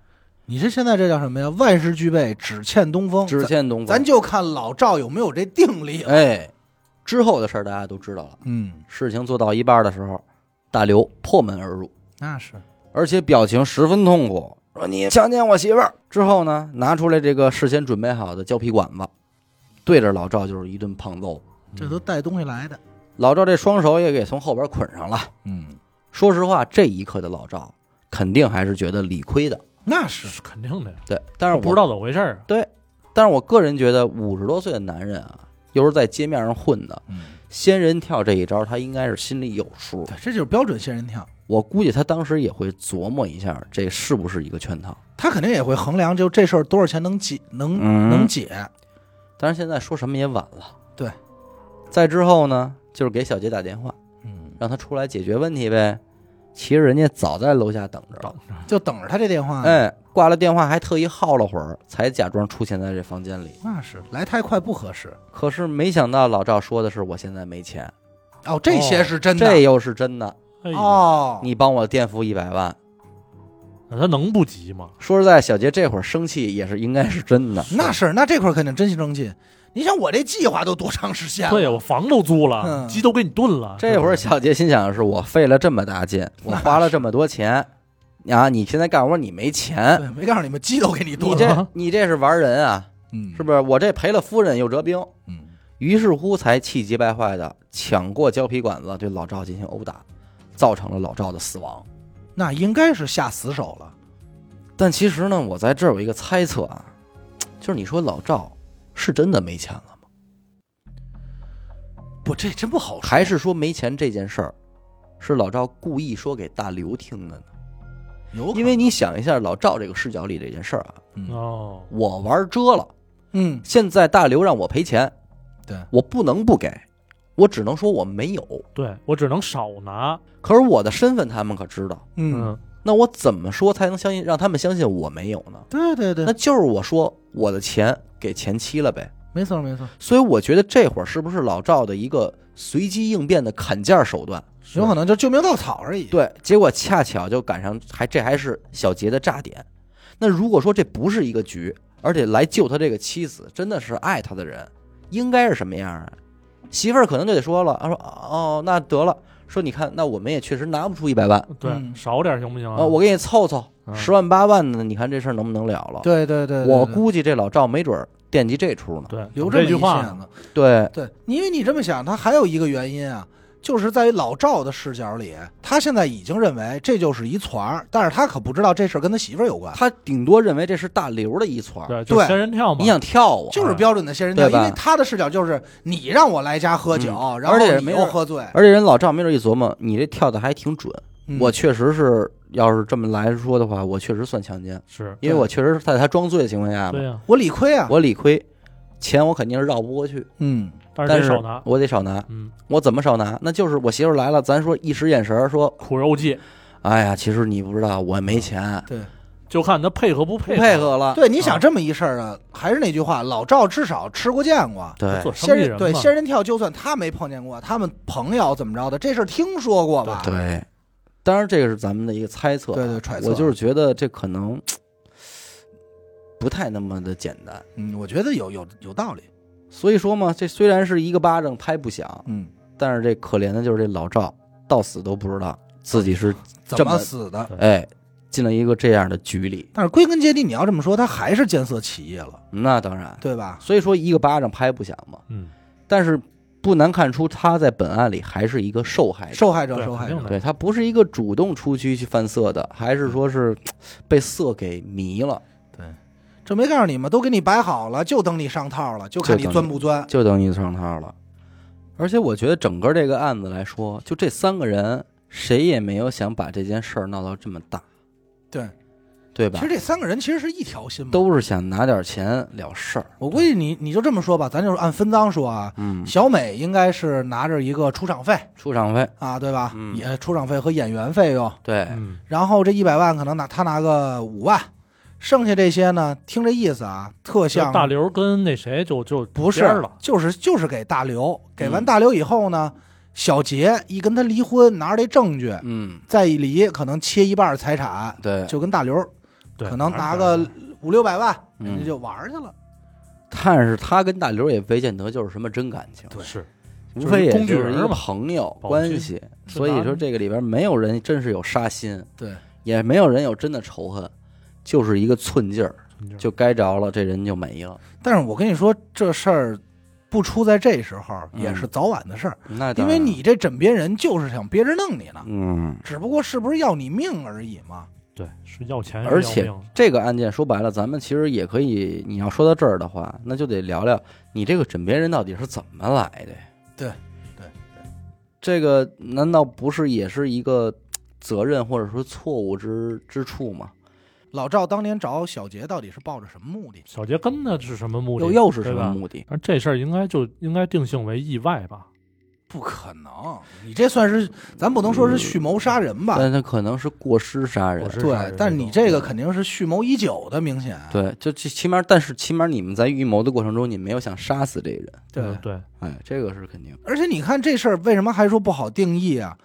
[SPEAKER 2] 你这现在这叫什么呀？万事俱备，只欠东风。
[SPEAKER 1] 只
[SPEAKER 2] 咱
[SPEAKER 1] 欠东风。
[SPEAKER 2] 嗯咱就看老赵有没有这定力了。
[SPEAKER 1] 哎，之后的事儿大家都知道了。
[SPEAKER 2] 嗯，
[SPEAKER 1] 事情做到一半的时候，大刘破门而入，
[SPEAKER 2] 那是。
[SPEAKER 1] 而且表情十分痛苦，说：“你强奸我媳妇儿！”之后呢，拿出来这个事先准备好的胶皮管子，对着老赵就是一顿胖揍。
[SPEAKER 3] 嗯，
[SPEAKER 2] 这都带东西来的。
[SPEAKER 1] 老赵这双手也给从后边捆上了。
[SPEAKER 2] 嗯，
[SPEAKER 1] 说实话，这一刻的老赵肯定还是觉得理亏的，
[SPEAKER 2] 那是
[SPEAKER 3] 是肯定的呀，
[SPEAKER 1] 对。但是我
[SPEAKER 3] 不知，道怎么回事儿啊。
[SPEAKER 1] 但是我个人觉得，五十多岁的男人啊，又是在街面上混的，
[SPEAKER 2] 嗯，
[SPEAKER 1] 仙人跳这一招，他应该是心里有数。
[SPEAKER 2] 对，这就是标准仙人跳。
[SPEAKER 1] 我估计他当时也会琢磨一下，这是不是一个圈套。
[SPEAKER 2] 他肯定也会衡量，就这事儿多少钱能解，能、
[SPEAKER 1] 嗯
[SPEAKER 2] 能解。
[SPEAKER 1] 但是现在说什么也晚了。
[SPEAKER 2] 对，
[SPEAKER 1] 再之后呢，就是给小杰打电话，
[SPEAKER 2] 嗯，
[SPEAKER 1] 让他出来解决问题呗。其实人家早在楼下等
[SPEAKER 3] 啊
[SPEAKER 2] 哦
[SPEAKER 1] 着了，
[SPEAKER 2] 就等着他这电话。，
[SPEAKER 1] 哎，挂了电话还特意耗了会儿，才假装出现在这房间里。
[SPEAKER 2] 那是来太快不合适。
[SPEAKER 1] 可是没想到老赵说的是我现在没钱，
[SPEAKER 2] 哦，这些是真的。
[SPEAKER 1] 这又是真的。
[SPEAKER 3] 哎呦，
[SPEAKER 2] 哦，
[SPEAKER 1] 你帮我垫付一百万。
[SPEAKER 3] 那他能不急吗？
[SPEAKER 1] 说实在，小杰这会儿生气也是应该是真的。
[SPEAKER 2] 那是那这块儿肯定真心生气。你想我这计划都多长时间了？
[SPEAKER 3] 对呀，我房都租了，
[SPEAKER 2] 哦嗯
[SPEAKER 3] 鸡都给你炖了。
[SPEAKER 1] 这会儿小杰心想的是，我费了这么大 劲，我花了这么多钱，啊，你现在告诉我你没钱，
[SPEAKER 2] 对，没告诉你们，鸡都给你
[SPEAKER 1] 你
[SPEAKER 2] 剁了，
[SPEAKER 1] 这你这是玩人啊，
[SPEAKER 2] 嗯
[SPEAKER 1] 是不是？我这赔了夫人又折兵，
[SPEAKER 2] 嗯，
[SPEAKER 1] 于是乎才气急败坏的抢过胶皮管子对老赵进行殴打，造成了老赵的死亡。
[SPEAKER 2] 那应该是下死手了。
[SPEAKER 1] 但其实呢，我在这儿有一个猜测啊，就是你说老赵是真的没钱了吗？
[SPEAKER 2] 不，这真不好说。
[SPEAKER 1] 还是说没钱这件事儿是老赵故意说给大刘听的呢？
[SPEAKER 2] 有可
[SPEAKER 1] 因为你想一下老赵这个视角里这件事儿啊，
[SPEAKER 3] 这
[SPEAKER 2] 能，
[SPEAKER 3] 哦，
[SPEAKER 1] 我玩遮了。
[SPEAKER 2] 嗯，
[SPEAKER 1] 现在大刘让我赔钱，
[SPEAKER 2] 对
[SPEAKER 1] 我不能不给，我只能说我没有。
[SPEAKER 3] 对我只能少拿。
[SPEAKER 1] 可是我的身份他们可知道，
[SPEAKER 2] 嗯，
[SPEAKER 3] 嗯，
[SPEAKER 1] 那我怎么说才能相信让他们相信我没有呢？
[SPEAKER 2] 对对
[SPEAKER 1] 那
[SPEAKER 2] 对，
[SPEAKER 1] 就是我说我的钱给前妻了呗。
[SPEAKER 2] 没错没错，
[SPEAKER 1] 所以我觉得这会儿是不是老赵的一个随机应变的砍价手段？
[SPEAKER 2] 有可能就救命稻草而已。，
[SPEAKER 1] 对，结果恰巧就赶上，还这还是小杰的炸点。那如果说这不是一个局，而且来救他这个妻子真的是爱他的人，应该是什么样啊？媳妇儿可能就得说了，她说哦，那得了，说你看，那我们也确实拿不出一百万
[SPEAKER 3] 对，
[SPEAKER 2] 嗯
[SPEAKER 3] 少点行不行
[SPEAKER 1] 啊，我给你凑凑
[SPEAKER 3] 嗯
[SPEAKER 1] 十万八万的，你看这事儿能不能了了？
[SPEAKER 2] 啊对对对，对
[SPEAKER 1] 我
[SPEAKER 2] 对
[SPEAKER 1] 估计这老赵没准儿惦记这出呢。
[SPEAKER 3] 对
[SPEAKER 2] 有
[SPEAKER 3] 这
[SPEAKER 2] 么一
[SPEAKER 3] 句话
[SPEAKER 2] 线
[SPEAKER 3] 呢，
[SPEAKER 2] 子。
[SPEAKER 1] 对，
[SPEAKER 2] 对，因为你这么想，他还有一个原因啊，就是在于老赵的视角里，他现在已经认为这就是一团儿，但是他可不知道这事儿跟他媳妇儿有关，
[SPEAKER 1] 他顶多认为这是大刘的一撮儿，
[SPEAKER 3] 对，就
[SPEAKER 2] 对
[SPEAKER 3] 仙人跳嘛
[SPEAKER 1] 你。想跳啊我，
[SPEAKER 2] 就是标准的仙人跳，
[SPEAKER 1] 对吧
[SPEAKER 2] 因为他的视角就是你让我来家喝酒，
[SPEAKER 1] 嗯
[SPEAKER 2] 然后
[SPEAKER 1] 而且
[SPEAKER 2] 你
[SPEAKER 1] 没
[SPEAKER 2] 又
[SPEAKER 1] 人
[SPEAKER 2] 喝醉，
[SPEAKER 1] 而且人老赵没准一琢磨，你这跳的还挺准。
[SPEAKER 2] 嗯
[SPEAKER 1] 我确实是，要是这么来说的话，我确实算强奸，
[SPEAKER 3] 是，
[SPEAKER 1] 因为我确实是在他装醉的情况下嘛
[SPEAKER 3] 对，呀，
[SPEAKER 2] 我理亏啊，
[SPEAKER 1] 我理亏，钱我肯定是绕不过去，
[SPEAKER 2] 嗯，
[SPEAKER 3] 但是
[SPEAKER 1] 但
[SPEAKER 3] 得
[SPEAKER 1] 是
[SPEAKER 3] 少拿。
[SPEAKER 1] 我得少拿，
[SPEAKER 3] 嗯，
[SPEAKER 1] 我怎么少拿？那就是我媳妇儿来了，咱说一使眼神儿说，
[SPEAKER 3] 苦肉计，
[SPEAKER 1] 哎呀，其实你不知道，我没钱，
[SPEAKER 2] 对
[SPEAKER 3] 就看他配合不
[SPEAKER 1] 不
[SPEAKER 3] 配
[SPEAKER 1] 配合了，
[SPEAKER 2] 对，你
[SPEAKER 3] 啊
[SPEAKER 2] 想这么一事儿啊，还是那句话，老赵至少吃过见过。
[SPEAKER 1] 对
[SPEAKER 3] 做生
[SPEAKER 2] 仙
[SPEAKER 3] 意
[SPEAKER 2] 人
[SPEAKER 3] 人
[SPEAKER 2] 对
[SPEAKER 3] 嘛
[SPEAKER 2] 仙人跳，就算他没碰见过，他们朋友怎么着的，这事儿听说过吧？
[SPEAKER 1] 对，当然这个是咱们的一个猜测啊，
[SPEAKER 2] 对对揣测
[SPEAKER 1] 我就是觉得这可能不太那么的简单，
[SPEAKER 2] 嗯，我觉得有有有道理。
[SPEAKER 1] 所以说嘛，这虽然是一个巴掌拍不响，
[SPEAKER 2] 嗯，
[SPEAKER 1] 但是这可怜的就是这老赵，到死都不知道自己是
[SPEAKER 2] 怎
[SPEAKER 1] 这
[SPEAKER 2] 么
[SPEAKER 1] 么
[SPEAKER 2] 死的？
[SPEAKER 1] 哎进了一个这样的局里。
[SPEAKER 2] 但是归根结底，你要这么说，他还是见色起意了，
[SPEAKER 1] 那当然，
[SPEAKER 2] 对吧？
[SPEAKER 1] 所以说一个巴掌拍不响嘛。
[SPEAKER 3] 嗯，
[SPEAKER 1] 但是不难看出，他在本案里还是一个受害者，
[SPEAKER 2] 受害者，
[SPEAKER 3] 对
[SPEAKER 2] 受害
[SPEAKER 3] 肯
[SPEAKER 2] 者
[SPEAKER 3] 定，的
[SPEAKER 1] 对他不是一个主动出去去犯色的，还是说是嘖被色给迷了，
[SPEAKER 2] 这没告诉你吗？都给你摆好了，就等你上套了，就
[SPEAKER 1] 就
[SPEAKER 2] 看你
[SPEAKER 1] 等你
[SPEAKER 2] 钻不钻。
[SPEAKER 1] 就等于上套了。而且我觉得整个这个案子来说，就这三个人，谁也没有想把这件事儿闹到这么大。
[SPEAKER 2] 对，
[SPEAKER 1] 对
[SPEAKER 2] 其
[SPEAKER 1] 吧
[SPEAKER 2] 实？这三个人其实是一条心嘛。
[SPEAKER 1] 都是想拿点钱了事儿。
[SPEAKER 2] 我估计你你就这么说吧，咱就是按分赃说啊。
[SPEAKER 1] 嗯，
[SPEAKER 2] 小美应该是拿着一个出场费
[SPEAKER 1] 出场费，
[SPEAKER 2] 啊，对吧？
[SPEAKER 1] 嗯
[SPEAKER 2] 也出场费和演员费用，
[SPEAKER 1] 对，
[SPEAKER 3] 嗯，
[SPEAKER 2] 然后这一百万可能拿他拿个五万，剩下这些呢，听这意思啊，特
[SPEAKER 3] 就
[SPEAKER 2] 像
[SPEAKER 3] 大刘跟那谁就就
[SPEAKER 2] 不
[SPEAKER 3] 边
[SPEAKER 2] 是
[SPEAKER 3] 儿了，
[SPEAKER 2] 就是就是给大刘，给完
[SPEAKER 1] 嗯
[SPEAKER 2] 大刘以后呢，小杰一跟他离婚，拿着这证据
[SPEAKER 1] 嗯，
[SPEAKER 2] 再一离，可能切一半财产，
[SPEAKER 1] 对，
[SPEAKER 2] 就跟大刘
[SPEAKER 3] 对，
[SPEAKER 2] 可能拿
[SPEAKER 3] 反正
[SPEAKER 2] 个五六百万，
[SPEAKER 1] 嗯
[SPEAKER 2] 人家就玩儿去了。
[SPEAKER 1] 但是他跟大刘也未见得就是什么真感情，
[SPEAKER 3] 对是
[SPEAKER 1] 无非也
[SPEAKER 3] 就是一工具
[SPEAKER 1] 就是一
[SPEAKER 3] 人
[SPEAKER 1] 个
[SPEAKER 3] 嘛
[SPEAKER 1] 朋友
[SPEAKER 3] 保
[SPEAKER 1] 关
[SPEAKER 3] 军
[SPEAKER 1] 系。
[SPEAKER 3] 是
[SPEAKER 1] 所以
[SPEAKER 3] 吧
[SPEAKER 1] 说这个里边没有人真是有杀心，
[SPEAKER 2] 对，
[SPEAKER 1] 也没有人有真的仇恨，就是一个寸劲儿，就该着了，这人就没了。
[SPEAKER 2] 但是我跟你说，这事儿不出在这时候，
[SPEAKER 1] 嗯
[SPEAKER 2] 也是早晚的事儿，
[SPEAKER 1] 那
[SPEAKER 2] 因
[SPEAKER 1] 当
[SPEAKER 2] 为
[SPEAKER 1] 然
[SPEAKER 2] 你这枕别人就是想憋着弄你呢，
[SPEAKER 1] 嗯，
[SPEAKER 2] 只不过是不是要你命而已嘛。
[SPEAKER 3] 对是要钱，
[SPEAKER 1] 而且
[SPEAKER 3] 要命
[SPEAKER 1] 这个案件说白了，咱们其实也可以，你要说到这儿的话，那就得聊聊你这个枕边人到底是怎么来的。
[SPEAKER 2] 对，对，
[SPEAKER 1] 这个难道不是也是一个嘖责任或者说错误之之处吗？
[SPEAKER 2] 老赵当年找小杰到底是抱着什么目的？
[SPEAKER 3] 小杰跟的是什么目的？
[SPEAKER 1] 又又是什
[SPEAKER 3] 对
[SPEAKER 1] 么
[SPEAKER 3] 吧？
[SPEAKER 1] 目的？
[SPEAKER 3] 而这事儿应该就应该定性为意外吧？
[SPEAKER 2] 不可能，你这算是咱不能说是蓄谋杀人吧？
[SPEAKER 1] 但他可能是过失杀人
[SPEAKER 3] 过。失杀
[SPEAKER 2] 对
[SPEAKER 3] 人，
[SPEAKER 2] 但
[SPEAKER 3] 这
[SPEAKER 2] 你
[SPEAKER 3] 种嗯
[SPEAKER 2] 这个肯定嗯是蓄谋已久的，明显。
[SPEAKER 1] 对，就起起码，但是起码你们在预谋的过程中，你没有想杀死这个人，
[SPEAKER 2] 对
[SPEAKER 3] 嗯，对，
[SPEAKER 1] 哎，这个是肯定。
[SPEAKER 2] 而且你看这事儿为什么还说不好定义啊？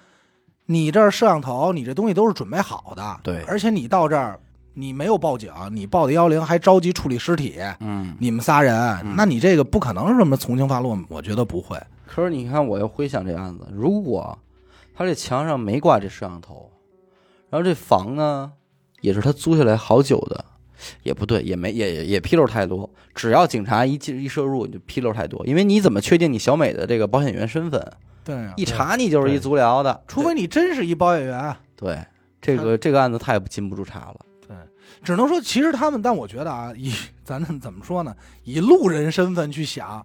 [SPEAKER 2] 你这儿摄像头，你这东西都是准备好的，
[SPEAKER 1] 对
[SPEAKER 2] 而且你到这儿，你没有报警，你报的幺零，还着急处理尸体，
[SPEAKER 1] 嗯，
[SPEAKER 2] 你们仨人，
[SPEAKER 1] 嗯
[SPEAKER 2] 那你这个不可能是什么从轻发落，我觉得不会。
[SPEAKER 1] 可是你看，我又回想这案子，如果他这墙上没挂这摄像头，然后这房呢也是他租下来好久的，也不对，也没也也也纰漏太多。只要警察一进一摄入，你就纰漏太多，因为你怎么确定你小美的这个保险员身份？
[SPEAKER 2] 对啊，
[SPEAKER 1] 一查你就是一足疗的，
[SPEAKER 2] 除非你真是一保险员，
[SPEAKER 1] 对这个这个案子太禁不住查了。
[SPEAKER 2] 只能说其实他们，但我觉得啊，以咱们怎么说呢？以路人身份去想，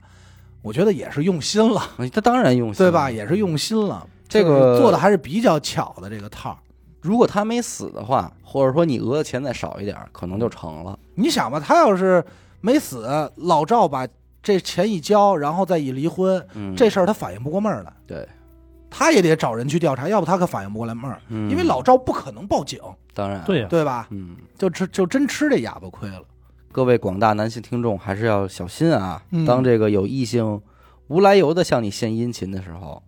[SPEAKER 2] 我觉得也是用心了，
[SPEAKER 1] 他当然用心
[SPEAKER 2] 对
[SPEAKER 1] 了
[SPEAKER 2] 吧？也是用心了，
[SPEAKER 1] 这个
[SPEAKER 2] 就是做的还是比较巧的这个套儿。
[SPEAKER 1] 如果他没死的话，或者说你讹的钱再少一点儿，可能就成了。
[SPEAKER 2] 你想吧，他要是没死，老赵把这钱一交，然后再一离婚，
[SPEAKER 1] 嗯，
[SPEAKER 2] 这事儿他反应不过闷儿来，
[SPEAKER 1] 对，
[SPEAKER 2] 他也得找人去调查，要不他可反应不过来闷儿，
[SPEAKER 1] 嗯
[SPEAKER 2] 因为老赵不可能报警，
[SPEAKER 1] 当然
[SPEAKER 3] 对呀，
[SPEAKER 2] 对吧？
[SPEAKER 1] 嗯。
[SPEAKER 2] 就吃就真吃这哑巴亏了。
[SPEAKER 1] 各位广大男性听众还是要小心啊！
[SPEAKER 2] 嗯
[SPEAKER 1] 当这个有异性无来由的向你献殷勤的时候，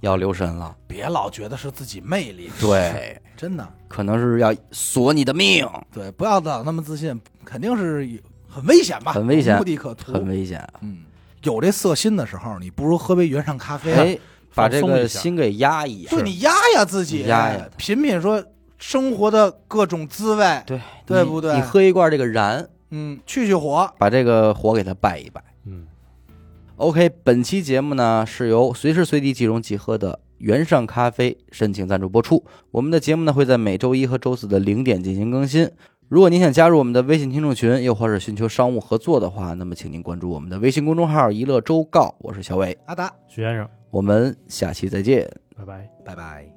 [SPEAKER 1] 要留神了。
[SPEAKER 2] 别老觉得是自己魅力，
[SPEAKER 1] 对，
[SPEAKER 2] 真的，
[SPEAKER 1] 可能是要索你的命，
[SPEAKER 2] 对，不要老那么自信，肯定是有很危险吧？
[SPEAKER 1] 很危险
[SPEAKER 2] 目的可图。
[SPEAKER 1] 很危险。
[SPEAKER 2] 嗯，有这色心的时候，你不如喝杯原上咖啡啊、
[SPEAKER 1] 哎，把
[SPEAKER 3] 放
[SPEAKER 1] 这
[SPEAKER 3] 松
[SPEAKER 1] 个
[SPEAKER 3] 一下
[SPEAKER 1] 心给压一压。
[SPEAKER 2] 对你压压自己，
[SPEAKER 1] 压压它
[SPEAKER 2] 品品说生活的各种滋味，
[SPEAKER 1] 对
[SPEAKER 2] 对
[SPEAKER 1] 你
[SPEAKER 2] 不对
[SPEAKER 1] 你喝一罐这个燃，
[SPEAKER 2] 嗯，去去火，
[SPEAKER 1] 把这个火给它败一败。
[SPEAKER 3] 嗯，
[SPEAKER 1] OK，本期节目呢是由随时随地即溶即喝的原上咖啡申请赞助播出。我们的节目呢会在每周一和周四的零点进行更新。如果您想加入我们的微信听众群，又或者寻求商务合作的话，那么请您关注我们的微信公众号“一乐周告”。我是小伟，
[SPEAKER 2] 阿达，
[SPEAKER 3] 徐先生，
[SPEAKER 1] 我们下期再见。
[SPEAKER 3] 拜拜。
[SPEAKER 2] 拜拜。